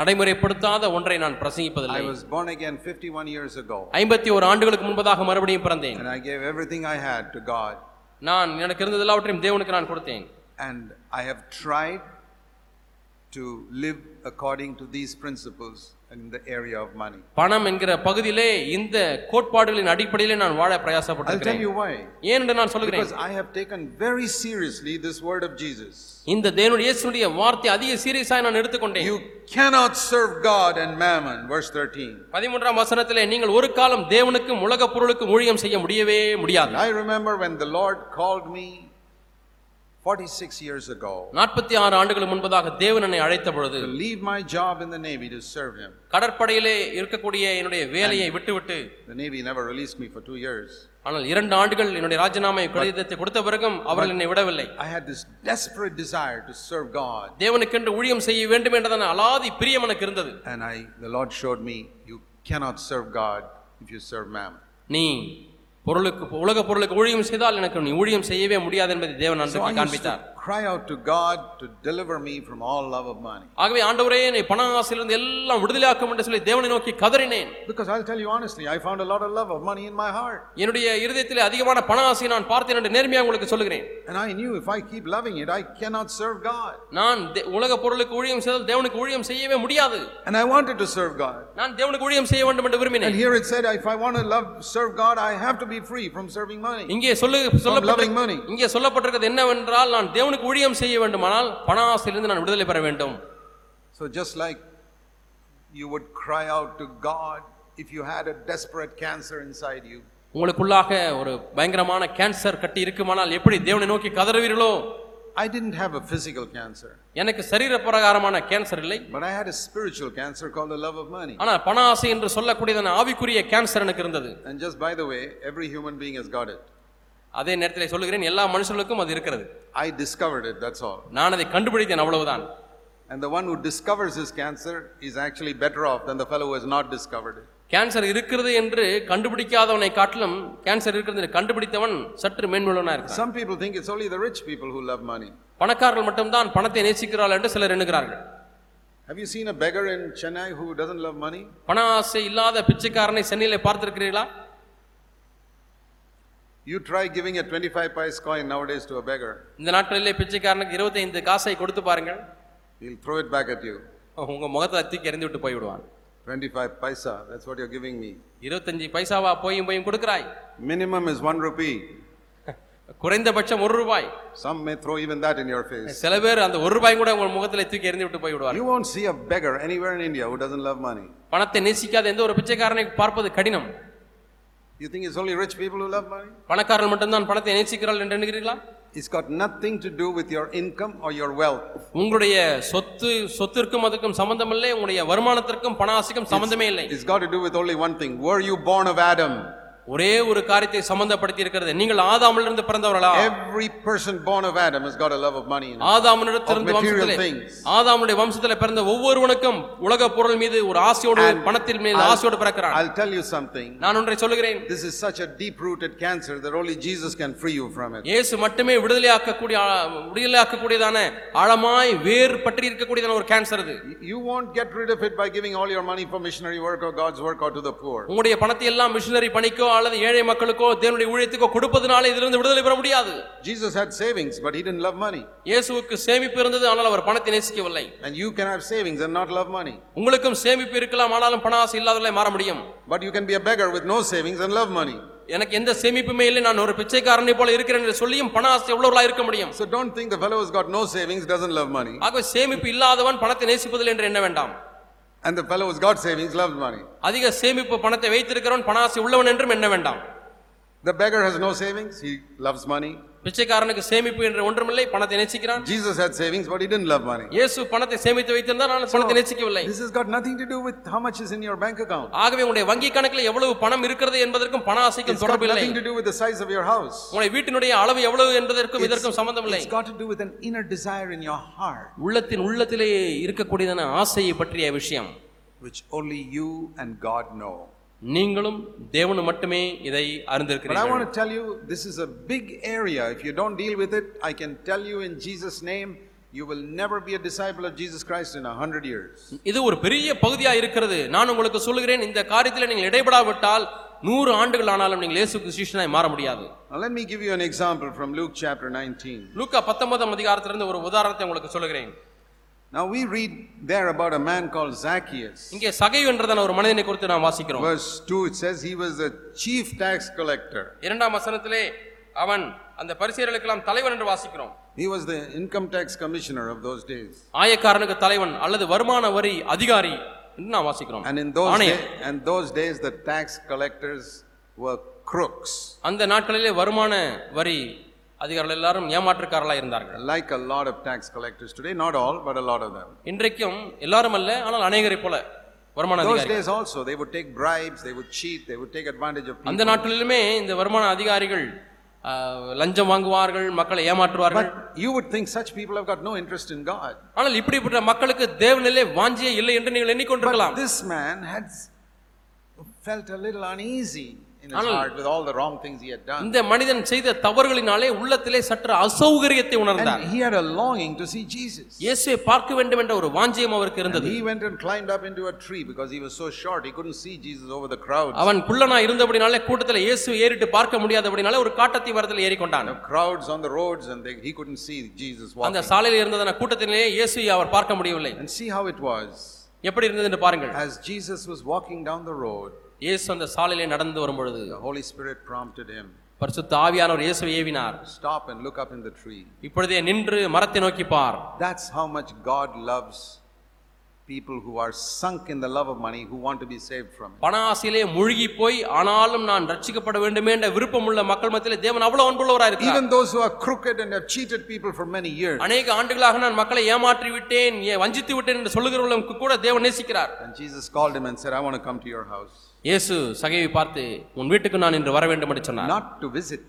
B: நடைமுறைப்படுத்தாத ஒன்றை நான்
A: I
B: பிரசங்கிப்பதில்லை
A: was born again 51 years ago,
B: ஐம்பத்தி ஒரு ஆண்டுகளுக்கு முன்பதாக மறுபடியும் பிறந்தேன்
A: and I gave everything I had to God.
B: நான் எனக்கு இருந்தது எல்லாவற்றையும் தேவனுக்கு நான் கொடுத்தேன்
A: And I have tried to live according to these principles in the area of money.
B: பணம் என்கிற பகுதியிலே இந்த கோட்பாடுகளின் அடிப்படையிலே நான் வாழ
A: I'll tell
B: பிரயாசப்பட்டிருக்கிறேன்
A: you why.
B: ஏன் என்று நான் சொல்கிறேன்
A: Because I have taken very seriously this word of Jesus.
B: இந்த தேவனுடைய இயேசுனுடைய வார்த்தை அதிக சீரியஸாக நான் எடுத்துக்கொண்டேன்
A: You cannot serve God and mammon, verse 13.
B: பதிமூன்றாம் வசனத்திலே நீங்கள் ஒரு காலம் தேவனுக்கும் உலகப் பொருளுக்கும் ஊழியம் செய்ய முடியவே முடியாது
A: And I remember when the Lord called me 46 years ago
B: நாற்பத்தி ஆறு ஆண்டுகள் முன்பதாக தேவன் என்னை அழைத்த பொழுது
A: to leave my job in the Navy to serve Him.
B: கடற்படையிலே இருக்கக்கூடிய என்னுடைய வேலையை விட்டுவிட்டு
A: The Navy never released me for two years.
B: ஆனால் இரண்டு ஆண்டுகள் என்னுடைய ராஜினாமை கடிதத்தை கொடுத்த பிறகும் அவர்கள் என்னை விடவில்லை
A: I had this desperate desire to serve God.
B: தேவனுக்கென்று ஊழியம் செய்ய வேண்டும் என்றதான அலாதி பிரியம் எனக்கு இருந்தது
A: And I, the Lord showed me, you cannot serve God if you serve mammon.
B: நீ பொருளுக்கு உலக பொருளுக்கு ஊழியம் செய்தால் எனக்கு நீ ஊழியம் செய்யவே முடியாது என்பதை தேவன்
A: So I
B: அன்றைக்கு
A: used
B: காண்பித்தார்
A: to cry out to God to deliver me from all love of money.
B: ஆகவே ஆண்டவரே என்னை பண ஆசையிலிருந்து எல்லாம் விடுதலையாக்கும் என்று சொல்லி தேவனை நோக்கி கதறினேன்
A: Because I'll tell you honestly, I found a lot of love of money in my heart.
B: என்னுடைய இருதயத்திலே அதிகமான பண ஆசையை நான் பார்த்தேன் என்று நேர்மையாக உங்களுக்கு சொல்கிறேன்
A: And I knew if I keep loving it, I cannot serve God.
B: நான் தே- உலக பொருளுக்கு ஊழியம் செய்தால் தேவனுக்கு ஊழியம் செய்யவே முடியாது
A: And I wanted to serve God.
B: நான் தேவனுக்கு ஊழியம் செய்ய வேண்டும் என்று விரும்பினேன்
A: And here it said, if I want to love, serve God, I have to be free from serving money.
B: இங்கே சொல்லு
A: loving money.
B: சொல்லப்பட்டிருக்கு இங்கே சொல்லப்பட்டிருக்கிறது என்னவென்றால் நான் தேவனுக்கு ஊழியம் செய்ய வேண்டுமானால் பண ஆசையிலிருந்து நான் விடுதலை பெற வேண்டும்
A: So just like you would cry out to God if you had a desperate cancer inside you,
B: உங்களுக்குள்ளாக ஒரு பயங்கரமான கேன்சர் கட்டி இருக்குமானால் எப்படி தேவனை நோக்கி கதறுவீர்களோ
A: I didn't have a physical cancer,
B: எனக்கு சரீர பிரகாரமான கேன்சர் இல்லை
A: but I had a spiritual cancer called the love of money.
B: ஆனால் பண ஆசை என்று சொல்லக்கூடியதான ஆவிக்குரிய கேன்சர் எனக்கு இருந்தது
A: And just by the way, every human being has got it.
B: அதே நேரத்தில் சொல்லுகிறேன் எல்லா மனுஷர்களுக்கும் அது இருக்கிறது
A: I discovered it, that's all.
B: நான் அதை கண்டுபிடித்தேன் அவ்வளவுதான்
A: And the one who discovers his cancer is actually better off than the fellow who has not discovered it.
B: Cancer இருக்கிறது என்று கண்டுபிடிக்காதவனை காட்டிலும் கேன்சர் இருக்கிறது என்று கண்டுபிடித்தவன் சற்று மேன்மூலனா இருக்கான்
A: Some people think it's only the rich people who love money.
B: பணக்காரர்கள் மட்டும்தான் பணத்தை நேசிக்கிறார்கள் என்று சிலர் எண்ணுகிறார்கள்
A: Have you seen a beggar in Chennai who doesn't love money?
B: பண ஆசை இல்லாத பிச்சைக்காரனை சென்னையிலே பார்த்திருக்கிறீர்களா
A: You try giving a 25 pice coin nowadays to a beggar,
B: இந்த நாட்களிலே பிச்சைக்காரனுக்கு இருபத்தைந்து காசை கொடுத்து பாருங்கள்
A: he'll throw it back at you.
B: உங்க முகத்தை தூக்கி எறிந்து விட்டு போய்விடுவான்
A: 25 paisa, that's what you're giving me.
B: இருபத்தஞ்சு பைசாவா போயும் போயும் கொடுக்கிறாய்
A: Minimum is 1 rupee.
B: குறைந்தபட்சம் ஒரு ரூபாய்
A: Some may throw even that in your face.
B: சில பேர் அந்த ஒரு ரூபாய் கூட உங்கள் முகத்திலே தூக்கி எறிந்து விட்டு போய்விடுவார்
A: You won't see a beggar anywhere in India who doesn't love money.
B: பணத்தை நேசிக்காத எந்த ஒரு பிச்சைக்காரனை பார்ப்பது கடினம்
A: You think it's only rich people who love money?
B: பணக்காரர்கள் மட்டும்தான் பணத்தை நேசிக்கிறார்கள் என்று எண்ணுகிறீர்களா
A: It's got nothing to do with your income or your wealth.
B: உங்களுடைய சொத்து சொத்திற்கும் அதுக்கும் சம்பந்தம் இல்லை உங்களுடைய வருமானத்திற்கும் பண ஆசைக்கும் சம்பந்தமே இல்லை
A: It's got to do with only one thing. Were you born of Adam?
B: ஒரே ஒரு காரியத்தை சம்பந்தப்படுத்தி இருக்கிறது நீங்கள் ஆதாமிலிருந்து பிறந்தவர்களா
A: Every person born of Adam has got a love of money. In it.
B: ஆதாமினிடத்திலிருந்து
A: Of material
B: வம்சத்திலே
A: things.
B: ஆதாமுடைய வம்சத்திலே பிறந்த ஒவ்வொருவனுக்கும் உலக பொருள் மீது ஒரு ஆசையோடு பணத்தின் மேல் ஆசையோடு பிறக்கிறான்
A: I'll tell you something.
B: நான் ஒன்றை சொல்லுகிறேன்
A: This is such a deep rooted cancer that only Jesus can free you from it.
B: இயேசு மட்டுமே விடுதலையாக்கக்கூடிய விடுதலையாக்கக்கூடியதான ஆழமாய் வேர் பற்றி இருக்கக்கூடியதான ஒரு கேன்சர் அது
A: You won't get rid of it by giving all your money for missionary work or God's work or to the poor.
B: உங்களுடைய பணத்தை எல்லாம் மிஷினரி பணிக்கோ அல்லது ஏழை மக்களுக்கோ தேவனுடைய ஊழியத்துக்கோ கொடுப்பதனால இதிலிருந்து விடுதலை பெற முடியாது
A: Jesus had savings, but he didn't love money.
B: இயேசுவுக்கு சேமிப்பு இருந்தது ஆனால் அவர் பணத்தை நேசிக்கவில்லை
A: And you can have savings and not love money.
B: உங்களுக்கும் சேமிப்பு இருக்கலாம் ஆனாலும் பண ஆசை இல்லாதவர்களாய் மாற முடியும்
A: But you can be a beggar with no savings and love money.
B: எனக்கு எந்த சேமிப்புமே இல்லை நான் ஒரு பிச்சைக்காரனை போல இருக்கிறேன் என்று சொல்லியும் பண ஆசை உள்ளவர்களா இருக்க முடியும்
A: So don't think the fellow who's got no savings doesn't love money,
B: ஆகவே சேமிப்பு இல்லாதவன் பணத்தை நேசிப்பதில்லை என்று எண்ண வேண்டாம்
A: and the fellow who's got savings loves money.
B: அதிக சேமிப்பு பணத்தை வைத்திருக்கிறவன் பண ஆசை உள்ளவன் என்றும் எண்ண வேண்டாம்
A: The beggar has no savings, he loves money.
B: பிச்சைக்காரனுக்கு சேமிப்பு என்று ஒன்றுமில்லை பணத்தை நேசிக்கிறான்
A: Jesus had savings, but he didn't love money.
B: இயேசு பணத்தை சேமித்து வைத்திருந்தால் நான் பணத்தை நேசிக்கவில்லை
A: This has got nothing to do with how much is in your bank account.
B: ஆகவே உங்களுடைய வங்கி கணக்கில் எவ்வளவு பணம் இருக்கிறது என்பதற்கும் பண ஆசைக்கும்
A: It's got
B: தொடர்பு இல்லை
A: nothing to do with the size of your house.
B: உங்களுடைய வீட்டினுடைய அளவு எவ்வளவு என்பதற்கும் இதற்கும் சம்பந்தம் இல்லை
A: It's got to do with an inner desire in your heart,
B: உள்ளத்தின் உள்ளத்திலேயே இருக்கக்கூடியதான ஆசையை பற்றிய விஷயம்
A: which only you and God know.
B: நீங்களும் தேவனும் மட்டுமே இதை
A: But I
B: அறிந்திருக்கிறீர்கள்
A: want to tell you, this is a big area. If you don't deal with it, I can tell you in Jesus' name, you will never be a disciple of Jesus Christ in a hundred years.
B: இது ஒரு பெரிய பகுதியா இருக்கிறது நான் உங்களுக்கு சொல்லுகிறேன் இந்த காரியத்தில் நீங்கள் இடைபடாவிட்டால் நூறு ஆண்டுகள் ஆனாலும் நீங்கள் இயேசுக்கு சிஷ்யனாய் மாற முடியாது
A: Now, let me give you an example from Luke chapter 19.
B: லூக்கா பத்தொன்பதாம் அதிகாரத்திலிருந்து ஒரு உதாரணத்தை உங்களுக்கு சொல்லுகிறேன்
A: Now, we read there about a man called Zacchaeus.
B: இங்கே சகைவு என்றதான ஒரு மனிதனை குறித்து நாம் வாசிக்கிறோம்
A: Verse 2, it says he was a chief tax collector.
B: இரண்டாம் வசனத்திலே அவன் அந்த பரிசீலர்களுக்கெல்லாம் தலைவன் என்று வாசிக்கிறோம்
A: He was the income tax commissioner of those days.
B: ஆயக்காரனுக்கு தலைவன் அல்லது வருமான வரி அதிகாரி என்று நாம் வாசிக்கிறோம்
A: And in those,
B: ஆணையர்.
A: day, and those days, the tax collectors were crooks,
B: அந்த நாட்களிலே வருமான வரி அதிகாரிகள் எல்லாரும் ஏமாற்றுக்காரர்களாக இருந்தார்கள்
A: like a lot of tax collectors today. Not all, but a lot of them.
B: இன்றைக்கும் எல்லாரும் அல்ல ஆனால் அநேகரை போல வருமான
A: Those
B: அதிகாரி
A: days also, they would take bribes, they would cheat, they would take advantage of people.
B: அந்த நாட்களிலுமே இந்த வருமான அதிகாரிகள் ஆ, லஞ்சம் வாங்குவார்கள் மக்களை ஏமாற்றுவார்கள்
A: But you would think such people have got no interest in God.
B: ஆனால் இப்படிப்பட்ட மக்களுக்கு தேவனிலே வாஞ்சியே இல்லை என்று நீங்கள் எண்ணிக்கொண்டிருக்கலாம்
A: This man had s- felt a little uneasy in his
B: Anal.
A: heart with all the wrong things he had done.
B: இந்த மனிதன் செய்த தவறுகளினாலே உள்ளத்திலே சற்று அசௌகரியத்தை உணர்ந்தார்
A: And he had a longing to see Jesus.
B: இயேசுவை பார்க்க வேண்டும் என்ற ஒரு வாஞ்சியம் அவருக்கு
A: And
B: இருந்தது
A: he went and climbed up into a tree because he was so short, he couldn't see Jesus over the crowd.
B: அவன் குள்ளனா இருந்தபடினாலே கூட்டத்தில் இயேசு ஏறிட்டு பார்க்க முடியாதபடினாலே ஒரு காட்டத்தி மரத்தில் ஏறிக்கொண்டான்
A: The crowds on the roads, and they, he couldn't see Jesus
B: அந்த
A: walking.
B: சாலையில் இருந்ததான கூட்டத்திலேயே இயேசுவை அவர் பார்க்க முடியவில்லை
A: And see how it was.
B: எப்படி இருந்தது என்று பாருங்கள்
A: As Jesus was walking down the road,
B: இயேசு அந்த சாலையிலே நடந்து வரும்பொழுது
A: the Holy Spirit prompted him
B: பரிசுத்த ஆவியானவர் இயேசுவை ஏவினார்
A: stop and look up in the tree.
B: இப்பொழுதே நின்று மரத்தை நோக்கி பார்
A: That's how much God loves people who are sunk in the love of money, who want to be saved from it.
B: பண ஆசையிலே மூழ்கி போய் ஆனாலும் நான் ரட்சிக்கப்பட வேண்டுமே என்ற விருப்பம் உள்ள மக்கள் மத்தியிலே தேவன் அவ்வளவு அன்புள்ளவராக இருக்கிறார்
A: Even those who are crooked and have cheated people for many years.
B: அநேக ஆண்டுகளாக நான் மக்களை ஏமாற்றி விட்டேன் ஏன் வஞ்சித்து விட்டேன் என்று சொல்லுகிறவர்களுக்கு கூட தேவன் நேசிக்கிறார்
A: And Jesus called him and said, I want to come to your house.
B: இயேசு சகையை பார்த்து உன் வீட்டுக்கு நான் இன்று வர வேண்டும் என்று சொன்னார்
A: Not to visit.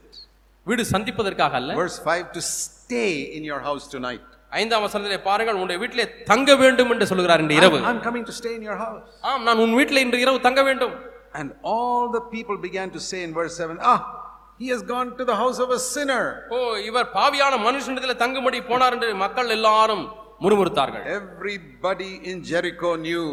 B: வீடு சந்திப்பதற்காக அல்ல
A: Verse 5 to stay in your house tonight.
B: ஐந்தாம் வசனத்திலே பாருங்கள் உன்னுடைய வீட்டிலே தங்க வேண்டும் என்று சொல்கிறார் இன்று இரவு
A: I'm, I'm coming to stay in your house.
B: ஆம் நான் உன் வீட்டிலே இன்று இரவு தங்க வேண்டும்
A: And all the people began to say in verse 7, Ah, he has gone to the house of a sinner.
B: ஓ இவர் பாவியான மனுஷனிடத்திலே தங்கும்படி போனார் என்று மக்கள் எல்லாரும் முறுமுறுத்தார்கள்
A: Everybody in Jericho knew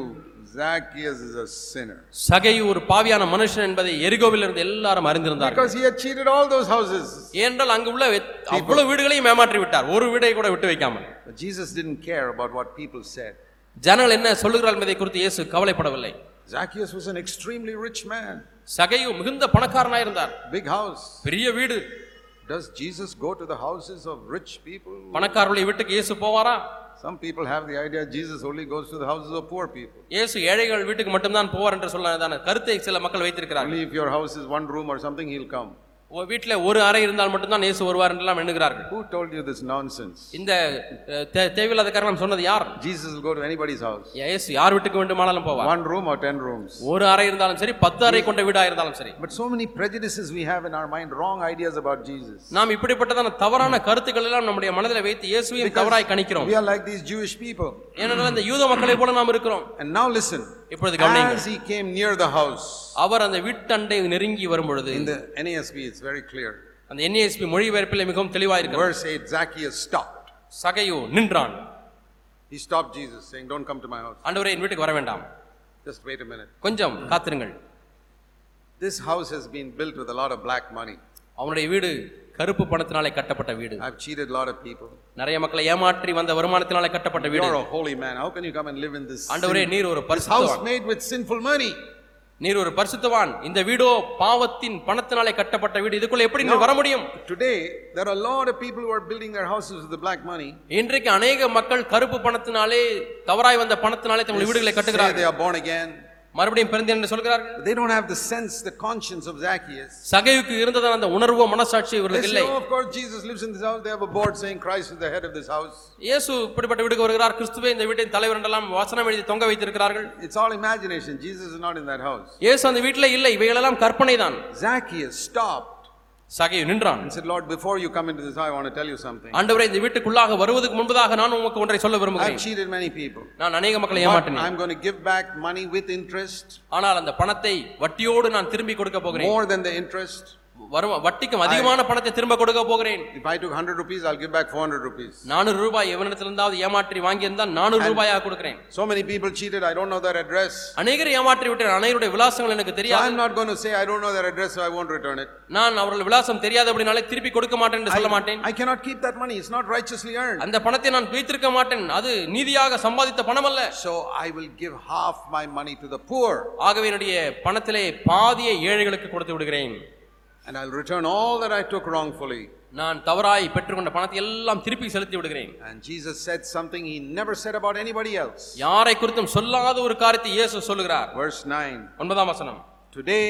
A: Zacchaeus is a sinner.
B: சகை ஒரு பாவியான மனுஷன் என்பதை எரிகோவில் இருந்து எல்லாரும் அறிந்திருந்தார்கள்
A: Because he had cheated all those houses.
B: ஏனென்றால் அங்கு உள்ள எத்- அவ்வளவு வீடுகளையும் ஏமாற்றி விட்டார் ஒரு வீடை கூட விட்டு வைக்காமல்
A: But Jesus didn't care about what people said.
B: ஜனங்கள் என்ன சொல்லுகிறார் என்பதை குறித்து இயேசு கவலைப்படவில்லை
A: Zacchaeus was an extremely rich man,
B: சகையு மிகுந்த பணக்காரனாக இருந்தார்
A: big house.
B: பெரிய வீடு
A: Does Jesus go to the houses of rich people?
B: பணக்காரருடைய வீட்டுக்கு இயேசு போவாரா
A: Some people have the idea Jesus only goes to the houses of poor people.
B: இயேசு ஏழைகள் வீட்டுக்கு மட்டும்தான் போவார் என்று சொல்லதான கருத்தை சில மக்கள் வைத்திருக்கிறார்கள்
A: Only if your house is one room or something, he'll come.
B: வீட்டில் ஒரு அறை இருந்தால் மட்டும்தான் இயேசு வருவார் என்றெல்லாம் எண்ணுகிறார்கள்
A: Who told you this nonsense?
B: இந்த அஹ், தே- தேவையில்லாத காரணம் சொன்னது யார்
A: Jesus will go to anybody's house.
B: இயேசு யார் வீட்டுக்கு வேண்டுமானாலும் போவார்
A: One room or ten rooms.
B: ஒரு அறை இருந்தாலும் சரி பத்து அறை கொண்ட வீடா இருந்தாலும் சரி
A: But so many prejudices we have in our mind, wrong ideas about Jesus.
B: நாம் இப்படிப்பட்டதான தவறான கருத்துக்கள் எல்லாம் நம்முடைய மனதில் வைத்து இயேசுவையும் தவறாய் கணிக்கிறோம்
A: We are like these Jewish people.
B: ஏனென்றால் இந்த யூத மக்களை போல நாம் இருக்கிறோம்
A: And now listen.
B: இப்பொழுது கவனியுங்கள்
A: As he came near the house,
B: அவர் அந்த வீட்டண்டை நெருங்கி வரும்பொழுது
A: in the NASB, it's very clear.
B: அந்த என்ஏஎஸ்பி மொழிபெயர்ப்பில் மிகவும் தெளிவாயிருக்கிறது
A: Verse 8 Zacchaeus stopped.
B: சகையோ நின்றான்
A: He stopped Jesus, saying, Don't come to my house.
B: ஆண்டவரே என் வீட்டுக்கு வர வேண்டாம்
A: Just wait a minute.
B: கொஞ்சம் காத்திருங்கள்
A: This house has been built with a lot of black money.
B: அவனுடைய வீடு கருப்பு பணத்தினாலே கட்டப்பட்ட வீடு
A: I've cheated a lot of people.
B: நிறைய மக்களை ஏமாற்றி வந்த வருமானத்தினாலே கட்டப்பட்ட வீடு
A: You're a holy man. How can you come and live in this
B: ஆண்டவரே
A: sin-
B: நீர் ஒரு
A: this house
B: பரிசுத்தவான்
A: made with sinful money?
B: நீர் ஒரு பரிசுத்தவான் இந்த வீடோ பாவத்தின் பணத்தினாலே கட்டப்பட்ட வீடு இதுக்குள்ள எப்படி நீர் வர முடியும்
A: Today, there are a lot of people who are building their houses with the black money.
B: இன்றைக்கு அநேக மக்கள் கருப்பு பணத்தினாலே தவறாய் வந்த பணத்தினாலே தங்கள் வீடுகளை
A: Say they
B: கட்டுகிறார்கள்
A: are born again.
B: மறுபடியும் பிறந்தேன் என்று சொல்கிறார்கள்
A: But they don't have the sense, the conscience of Zacchaeus.
B: சகையுக்கு இருந்ததான அந்த உணர்வோ மனசாட்சி
A: They
B: இவர்களுக்கு
A: say,
B: இல்லை
A: oh, of course, Jesus lives in this house. They have a board saying Christ is the head of this house.
B: இயேசு இப்படிப்பட்ட வீடுக்கு வருகிறார் கிறிஸ்துவே இந்த வீட்டின் தலைவர் என்றெல்லாம் வசனம் எழுதி தொங்க வைத்திருக்கிறார்கள்
A: It's all imagination. Jesus is not in that house.
B: இயேசு அந்த வீட்டில் இல்லை இவைகளெல்லாம் கற்பனை தான்
A: Zacchaeus stopped
B: சகையு நின்றான்
A: and said, Lord, before you come into this house, I want to tell you something.
B: ஆண்டவரே இந்த வீட்டுக்குள்ளாக வருவதற்கு முன்பதாக நான் உமக்கு ஒன்றை சொல்ல
A: I've
B: விரும்புகிறேன்
A: cheated many people.
B: நான் அநேக மக்களை
A: But
B: ஏமாற்றினேன்
A: I'm going to give back money with interest,
B: ஆனால் அந்த பணத்தை வட்டியோடு நான் திரும்பி கொடுக்க போகிறேன்
A: more than the interest.
B: வரும் வட்டிக்கும் அதிகமான பணத்தை திரும்ப கொடுக்க போகிறேன்
A: If I took 100 rupees, I'll give back 400 rupees.
B: நானூறு ரூபாய் எவனிடத்திலிருந்தாவது ஏமாற்றி வாங்கியிருந்தால் நானூறு ரூபாயாக கொடுக்கிறேன்
A: So many people cheated, I don't know their address.
B: அநேகரை ஏமாற்றி விட்டேன் அநேகருடைய விலாசங்கள் எனக்கு
A: So
B: தெரியாது
A: I'm not going to say, I don't know their address, so I won't return it.
B: நான் அவர்கள் விலாசம் தெரியாது அப்படினாலே திருப்பி கொடுக்க மாட்டேன் என்று சொல்ல மாட்டேன்
A: I cannot keep that money, it's not righteously earned.
B: அந்த பணத்தை நான் வைத்திருக்க மாட்டேன் அது நீதியாக சம்பாதித்த பணம் அல்ல
A: So I will give half my money to the poor,
B: ஆகவே என்னுடைய பணத்திலே பாதியை ஏழைகளுக்கு கொடுத்து விடுகிறேன்
A: and I'll return all that I took wrongfully.
B: நான் தவறாய் பெற்றுக்கொண்ட பணத்தை எல்லாம் திருப்பி செலுத்தி விடுகிறேன்
A: And Jesus said something he never said about anybody else.
B: யாரை குறித்தும் சொல்லாத ஒரு காரியத்தை இயேசு சொல்லுகிறார்
A: Verse 9
B: ஒன்பதாம் வசனம்
A: Today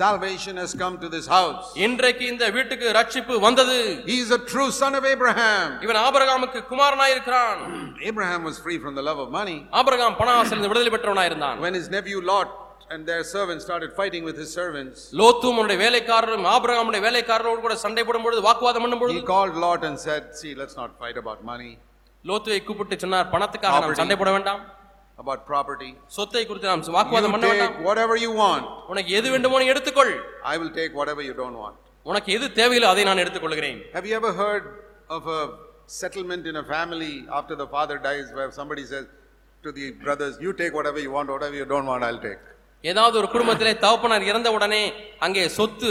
A: salvation has come to this house.
B: இன்றைக்கு இந்த வீட்டுக்கு ரட்சிப்பு வந்தது
A: He is a true son of Abraham.
B: இவன் ஆபிரகாமுக்கு குமாரனாயிருக்கிறான்
A: Abraham was free from the love of money.
B: Abraham பண ஆசையிலிருந்து விடுதலை பெற்றவனாயிருந்தான்
A: When his nephew Lot and their servants started fighting with his servants,
B: லோத்தும் அவனுடைய வேலைக்காரரும் ஆபிரகாமுடைய வேலைக்காரரோடு கூட சண்டை போடும்பொழுது வாக்குவாதம்
A: he
B: பண்ணும்பொழுது
A: called Lot and said, See, let's not fight about money,
B: லோத்துவை கூப்பிட்டு சொன்னார் பணத்துக்காக நாம் சண்டை போட வேண்டாம்
A: about property.
B: சொத்தை குறித்து நாம்
A: You
B: வாக்குவாதம் பண்ண வேண்டாம்
A: take whatever you want,
B: உனக்கு எது வேண்டுமோ நீ எடுத்துக்கொள்
A: I will take whatever you don't want.
B: உனக்கு எது தேவையில்லை அதை நான் எடுத்துக்கொள்கிறேன்
A: Have you ever heard of a settlement in a family after the father dies where somebody says to the brothers, You take whatever you want, whatever you don't want, I'll take?
B: ஏதாவது ஒரு குடும்பத்திலே தகப்பனார் இறந்த உடனே அங்கே சொத்து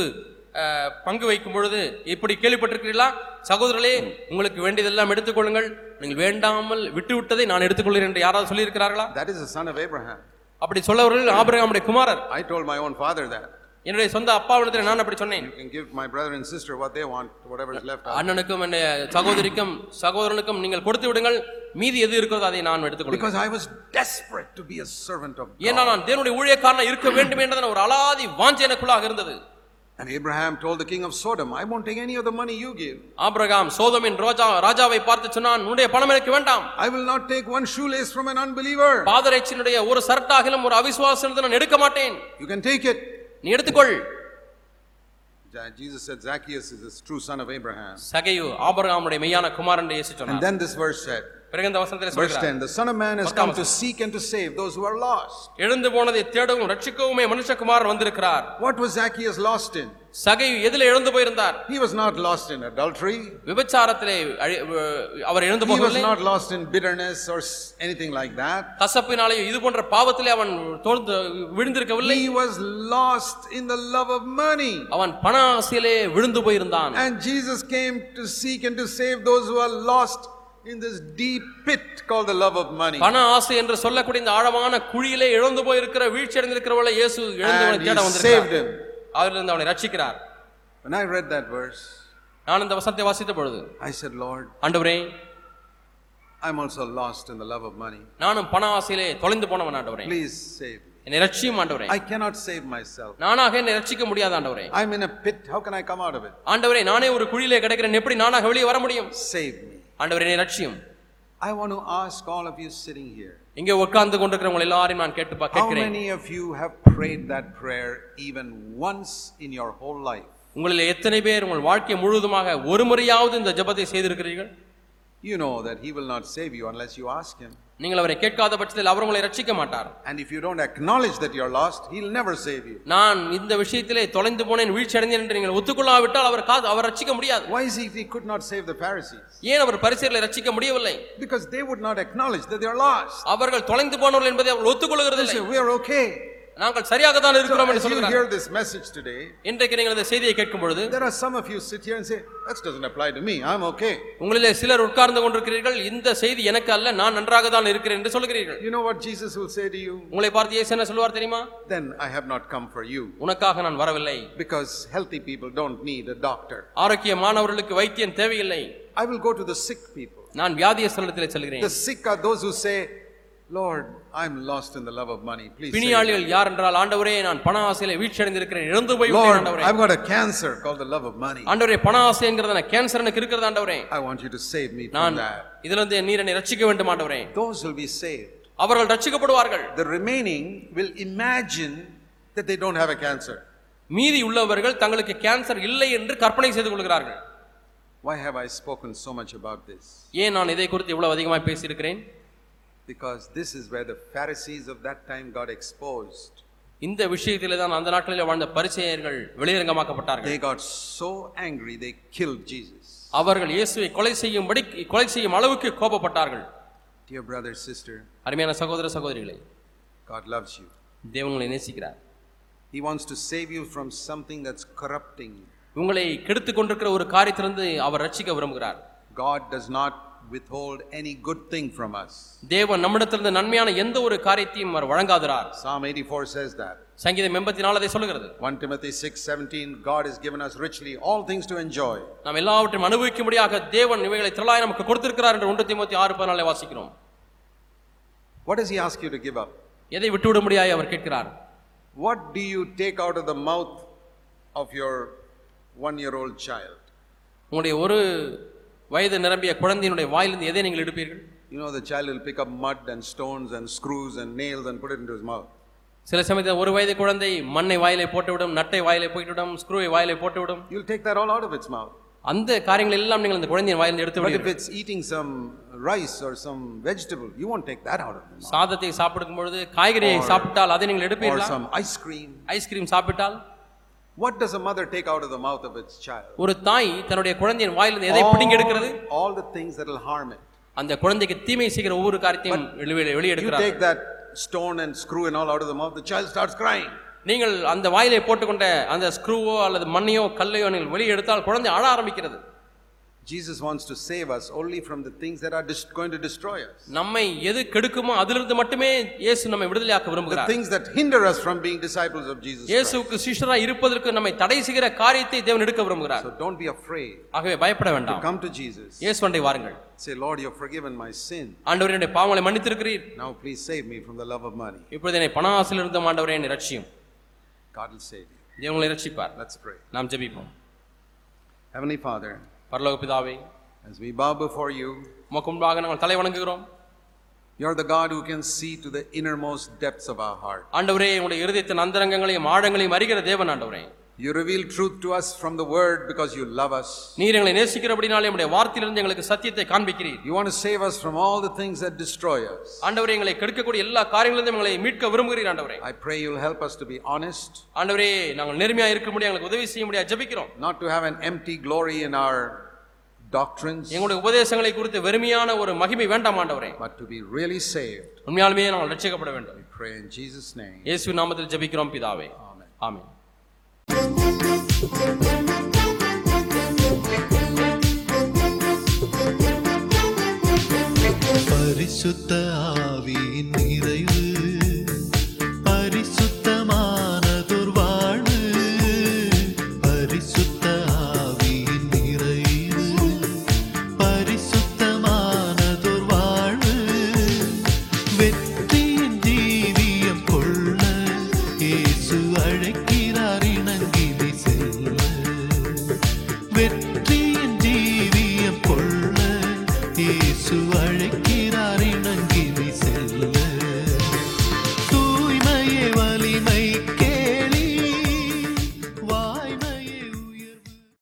B: அஹ், பங்கு வைக்கும் பொழுது இப்படி கேள்விப்பட்டிருக்கிறீர்களா சகோதரர்களே உங்களுக்கு வேண்டியதெல்லாம் எடுத்துக்கொள்ளுங்கள் நீங்கள் வேண்டாமல் விட்டு விட்டதை நான் எடுத்துக்கொள்கிறேன் என்று யாராவது சொல்லியிருக்கிறார்களா
A: That is the son of Abraham.
B: அப்படி சொல்லவர்கள் ஆபிரகாமுடைய குமாரர்
A: I told my own father that.
B: என்னுடைய சொந்த அப்பாவிடத்தில் நான் அப்படி சொன்னேன்
A: You can give my brother and sister what they want, whatever is left. out.
B: அண்ணனுக்கும் என்னுடைய சகோதரிக்கும் சகோதரனுக்கும் நீங்கள் கொடுத்து விடுங்கள் மீதி எது இருக்கிறதோ அதை நான் எடுத்துக்கொள்கிறேன்
A: Because I was desperate to be a servant of God.
B: ஏன்னா நான் தேவனுடைய ஊழியக்காரனா இருக்க வேண்டும் என்றதான ஒரு அலாதி வாஞ்சை எனக்குள்ளாக இருந்தது
A: And Abraham told the king of Sodom, I won't take any of the money you give.
B: Abraham சோதமின் ரோஜா ராஜாவை பார்த்து சொன்னான் உன்னுடைய பணம் எனக்கு வேண்டாம்
A: I will not take one shoelace from an unbeliever.
B: பாதரைச்சினுடைய ஒரு சரட்டாகிலும் ஒரு அவிசுவாசத்தை நான் எடுக்க மாட்டேன்
A: You can take it.
B: நீ எடுத்துக்கொள்
A: Ja- Jesus said, Zacchaeus is the true son of Abraham.
B: சகையு ஆபிரகாமுடைய மெய்யான குமாரன் என்று இயேசு
A: And
B: சொன்னார்
A: then this verse said,
B: பிறகு இந்த வசனத்தில்
A: Verse
B: சொல்கிறார்
A: 10 The Son of Man has come to seek and to save those who are lost.
B: எழுந்து போனதை தேடவும் ரட்சிக்கவுமே மனுஷகுமாரன் வந்திருக்கிறார்
A: What was Zacchaeus lost in?
B: சகையு எதில எழுந்து போயிருந்தார்
A: He was not lost in adultery.
B: விபச்சாரத்திலே அழி- வ- அவர் எழுந்து
A: He was
B: போகவில்லை
A: not lost in bitterness or s- anything like that.
B: கசப்பினாலேயோ இது போன்ற பாவத்திலே அவன் தோழ்ந்து விழுந்திருக்கவில்லை
A: He was lost in the love of money.
B: அவன் பண ஆசையிலே விழுந்து போயிருந்தான்
A: And Jesus came to seek and to save those who are lost in this deep pit called the love of money.
B: பண ஆசை என்று சொல்லக்கூடிய இந்த ஆழமான குழியிலே இழந்து போயிருக்கிற வீழ்ச்சி அடைந்திருக்கிறவளை இயேசு
A: And
B: எழுந்தவனை
A: he
B: தேட
A: saved
B: வந்திருக்கிறார்
A: him.
B: அவரிலிருந்து அவனை ரட்சிக்கிறார்
A: When I read that verse,
B: நான் இந்த வசனத்தை வாசித்த பொழுது
A: I said, Lord,
B: ஆண்டவரே
A: I'm also lost in the love of money.
B: நானும் பண ஆசையிலே தொலைந்து போனவன் ஆண்டவரே
A: Please save me.
B: என்னை ரட்சியும் ஆண்டவரே
A: I cannot save myself.
B: நானாக என்னை ரட்சிக்க முடியாத ஆண்டவரே
A: I'm in a pit. How can I come out of it?
B: ஆண்டவரே நானே ஒரு குழியிலே கிடக்கிறேன் எப்படி நானாக வெளியே வர முடியும்
A: Save me.
B: ஆண்டவரே என்னை ரட்சியும்
A: I want to ask all of you sitting here
B: இங்கே உட்கார்ந்து கொண்டிருக்கிறவங்க எல்லாரையும் நான் கேட்டுப்பா
A: how
B: கேட்கிறேன்
A: many of you have prayed that prayer even once in your whole life?
B: உங்களில் எத்தனை பேர் உங்கள் வாழ்க்கை முழுவதுமாக ஒரு முறையாவது இந்த ஜெபத்தை செய்திருக்கிறீர்கள்
A: You know that He will not save you unless you ask Him.
B: நீங்கள் அவரை கேட்காத பட்சத்தில் அவர் உங்களை ரட்சிக்க மாட்டார்
A: And if you don't acknowledge that you're lost, He'll never save you.
B: நான் இந்த விஷயத்திலே தொலைந்து போனேன் வீழ்ச்சி அடைந்தேன் என்று நீங்கள் ஒத்துக்கொள்ளாவிட்டால் அவர் காது அவர் ரட்சிக்க முடியாது
A: Why is it He could not save the Pharisees?
B: ஏன் அவர் பரிசீலனை ரட்சிக்க முடியவில்லை
A: Because they would not acknowledge that they're lost.
B: அவர்கள் தொலைந்து போனவர்கள் என்பதை அவர்கள் ஒத்துக்கொள்கிறது
A: They
B: இல்லை
A: say, We're okay.
B: நாங்கள் சரியாக தான்
A: So
B: இருக்கிறோம் என்று
A: as you
B: சொல்கிறார்கள்
A: hear this message today,
B: இன்றைக்கு நீங்கள் இந்த செய்தியை கேட்கும் பொழுது
A: there are some of you sit here and say, That doesn't apply to me. I'm okay.
B: உங்களிலே சிலர் உட்கார்ந்து கொண்டிருக்கிறீர்கள் இந்த செய்தி எனக்கு அல்ல நான் நன்றாக தான் இருக்கிறேன் என்று சொல்கிறீர்கள்
A: You know what Jesus will say to you?
B: உங்களை பார்த்து இயேசு என்ன சொல்வார் தெரியுமா
A: Then I have not come for you.
B: உனக்காக நான் வரவில்லை
A: Because healthy people don't need a doctor.
B: ஆரோக்கியமானவர்களுக்கு வைத்தியம் தேவையில்லை
A: I will go to the sick people.
B: நான் வியாதியஸ்தலத்திலே செல்கிறேன்
A: The sick are those who say, Lord, I'm lost in the love of money. Please. save me."
B: பிணியாளிகள் யார் என்றால் ஆண்டவரே நான் பண ஆசையில வீழ்ச்சி அடைந்திருக்கிறேன் இழந்து போய் விட்டேன்
A: Lord,
B: ஆண்டவரே
A: I've got a cancer called the love of money.
B: ஆண்டவரே பண ஆசைங்கிறதான கேன்சர் எனக்கு இருக்கிறது ஆண்டவரே
A: I want you to save me from
B: நான்
A: that.
B: இதுல இருந்து நீர் என்னை ரட்சிக்க வேண்டும் ஆண்டவரே
A: Those will be saved.
B: அவர்கள் ரட்சிக்கப்படுவார்கள்
A: The remaining will imagine that they don't have a cancer.
B: மீதி உள்ளவர்கள் தங்களுக்கு கேன்சர் இல்லை என்று கற்பனை செய்து கொள்கிறார்கள்
A: Why have I spoken so much about this?
B: ஏன் நான் இதை குறித்து இவ்வளவு அதிகமாக பேசியிருக்கிறேன்
A: Because this is where the Pharisees of that time got exposed.
B: இந்த விஷயத்திலே தான் அந்த நாட்களில் வாழ்ந்த பரிசேயர்கள் வெளியரங்கமாக்கப்பட்டார்கள்
A: They got so angry they killed Jesus.
B: அவர்கள் இயேசுவை கொலை செய்யும்படி கொலை செய்யும் அளவுக்கு கோபப்பட்டார்கள்
A: Dear brother, sister,
B: அருமையான சகோதர சகோதரிகளே
A: God loves you.
B: தேவன் உங்களை நேசிக்கிறார்
A: He wants to save you from something that's corrupting you.
B: உங்களை கெடுத்து கொண்டிருக்கிற ஒரு காரியத்திலிருந்து அவர் ரட்சிக்க விரும்புகிறார்
A: God does not withhold any good thing from us.
B: தேவன் நம்மிடத்திலிருந்து நன்மையான எந்த ஒரு காரியத்தையும் அவர் வழங்காதுறார்
A: Psalm 84 says that.
B: சங்கீதம் எண்பத்தி நாலு அதை சொல்கிறது
A: 1 Timothy 6:17 God has given us richly all things to enjoy.
B: நாம் எல்லாவற்றையும் அனுபவிக்கும்படியாக தேவன் இவைகளை திரளாய் நமக்கு கொடுத்திருக்கிறார் என்று ஒன்று தீமோத்தி ஆறு பதினாலே வாசிக்கிறோம்
A: What does he ask you to give up?
B: எதை விட்டுவிட முடியாய் அவர் கேட்கிறார்
A: What do you take out of the mouth of your 1-year-old child?
B: உங்களுடைய ஒரு வயது நிரம்பிய குழந்தையினுடைய வாயிலிருந்து எதை நீங்கள் எடுப்பீர்கள்
A: You know the child will pick up mud and stones and screws and nails and put it into his mouth.
B: சில சமயத்தில் ஒரு வயது குழந்தை மண்ணை வாயிலை போட்டுவிடும் நட்டை வாயிலை போய்விடும் ஸ்க்ரூவை வாயிலை போட்டுவிடும்
A: You'll take that all out of its mouth.
B: அந்த காரியங்கள் எல்லாம் நீங்கள் அந்த குழந்தையின் வாயிலிருந்து எடுத்து
A: But if
B: விடுவீர்கள்
A: it's eating some rice or some vegetable, you won't take that out of the mouth.
B: சாதத்தை சாப்பிடும் பொழுது காய்கறியை சாப்பிட்டால் அதை நீங்கள்
A: Or
B: எடுப்பீர்களா
A: some ice cream.
B: ஐஸ்கிரீம் சாப்பிட்டால்
A: What does a mother take out of the mouth of its child?
B: ஒரு தாய் தன்னுடைய குழந்தையின் வாயிலிருந்து எதை பிடுங்கி எடுக்கிறது
A: all the things that will harm it.
B: அந்த குழந்தைக்கு தீமை செய்கிற ஒவ்வொரு காரியத்தையும் வெளியே
A: You
B: வெளியெடுக்கிறார்
A: take that stone and screw and all out of the mouth, the child starts crying.
B: நீங்கள் அந்த வாயிலை போட்டுக்கொண்ட அந்த ஸ்க்ரூவோ அல்லது மண்ணையோ கல்லையோ நீங்கள் வெளியே எடுத்தால் குழந்தை அழ ஆரம்பிக்கிறது
A: Jesus wants to save us only from the things that are dis- going to destroy us.
B: நம்மை எது கெடுக்குமோ அதிலிருந்து மட்டுமே இயேசு நம்மை விடுதலையாக்க
A: The
B: விரும்புகிறார்
A: things that hinder us from being disciples of Jesus. Christ.
B: இயேசுவுக்கு சீஷராய் இருப்பதற்கு நம்மை தடை செய்கிற காரியத்தை தேவன் எடுக்க விரும்புகிறார்
A: So don't be afraid.
B: ஆகவே பயப்பட வேண்டாம்
A: Come to Jesus.
B: இயேசுவண்டை வாருங்கள்
A: Say, Lord, you've forgiven my sin.
B: ஆண்டவர் என்னுடைய பாவங்களை மன்னித்திருக்கிறீர்
A: Now please save me from the love of money.
B: இப்பொழுது என்னை பண ஆசையில் இருந்தும் ஆண்டவரே என்னை ரட்சியும்
A: God will save you.
B: தேவங்களை ரட்சிப்பார்
A: Let's pray.
B: நாம் ஜெபிப்போம்
A: Heavenly Father,
B: பரலோக பிதாவே
A: as we bow before you,
B: உமக்கு முன்பாக நாங்கள் தலை வணங்குகிறோம்
A: you're the God who can see to the innermost depths of our heart.
B: ஆண்டவரே உங்களுடைய இருதயத்தின் அந்தரங்கங்களையும் ஆழங்களையும் அறிகிற தேவன் ஆண்டவரே
A: You reveal truth to us from the word because you love us.
B: நீர் எங்களை நேசிக்கிறபடினாலே உங்களுடைய வார்த்தையிலிருந்து எங்களுக்கு சத்தியத்தை காண்பிக்கிறீர்
A: You want to save us from all the things that destroy us.
B: ஆண்டவரே எங்களை கெடுக்கக்கூடிய எல்லா காரியங்களிலிருந்தும் எங்களை மீட்க விரும்புகிறீர் ஆண்டவரே
A: I pray you'll help us to be honest,
B: ஆண்டவரே நாங்கள் நேர்மையா இருக்க முடியும் எங்களுக்கு உதவி செய்ய முடியாது ஜெபிக்கிறோம்
A: not to have an empty glory in our doctrines,
B: எங்களுடைய உபதேசங்களை குறித்து வெறுமையான ஒரு மகிமை வேண்டாம் ஆண்டவரே
A: but to be really saved.
B: உண்மையாலுமே நாங்கள் ரட்சிக்கப்பட வேண்டும்
A: We pray in Jesus' name.
B: இயேசு நாமத்தில் ஜெபிக்கிறோம் பிதாவே
A: Amen.
B: ஆமென்
C: பரிசுத்த ஆவியின் நிறைவு பரிசுத்தமானதொரு வாழ்வு பரிசுத்த ஆவியின் நிறைவு பரிசுத்தமானதொரு வாழ்வு வெற்றியின் தீவியம் கொள்ள வெற்றியின் ஜீவியம் கொள்ள இயேசு அழைக்க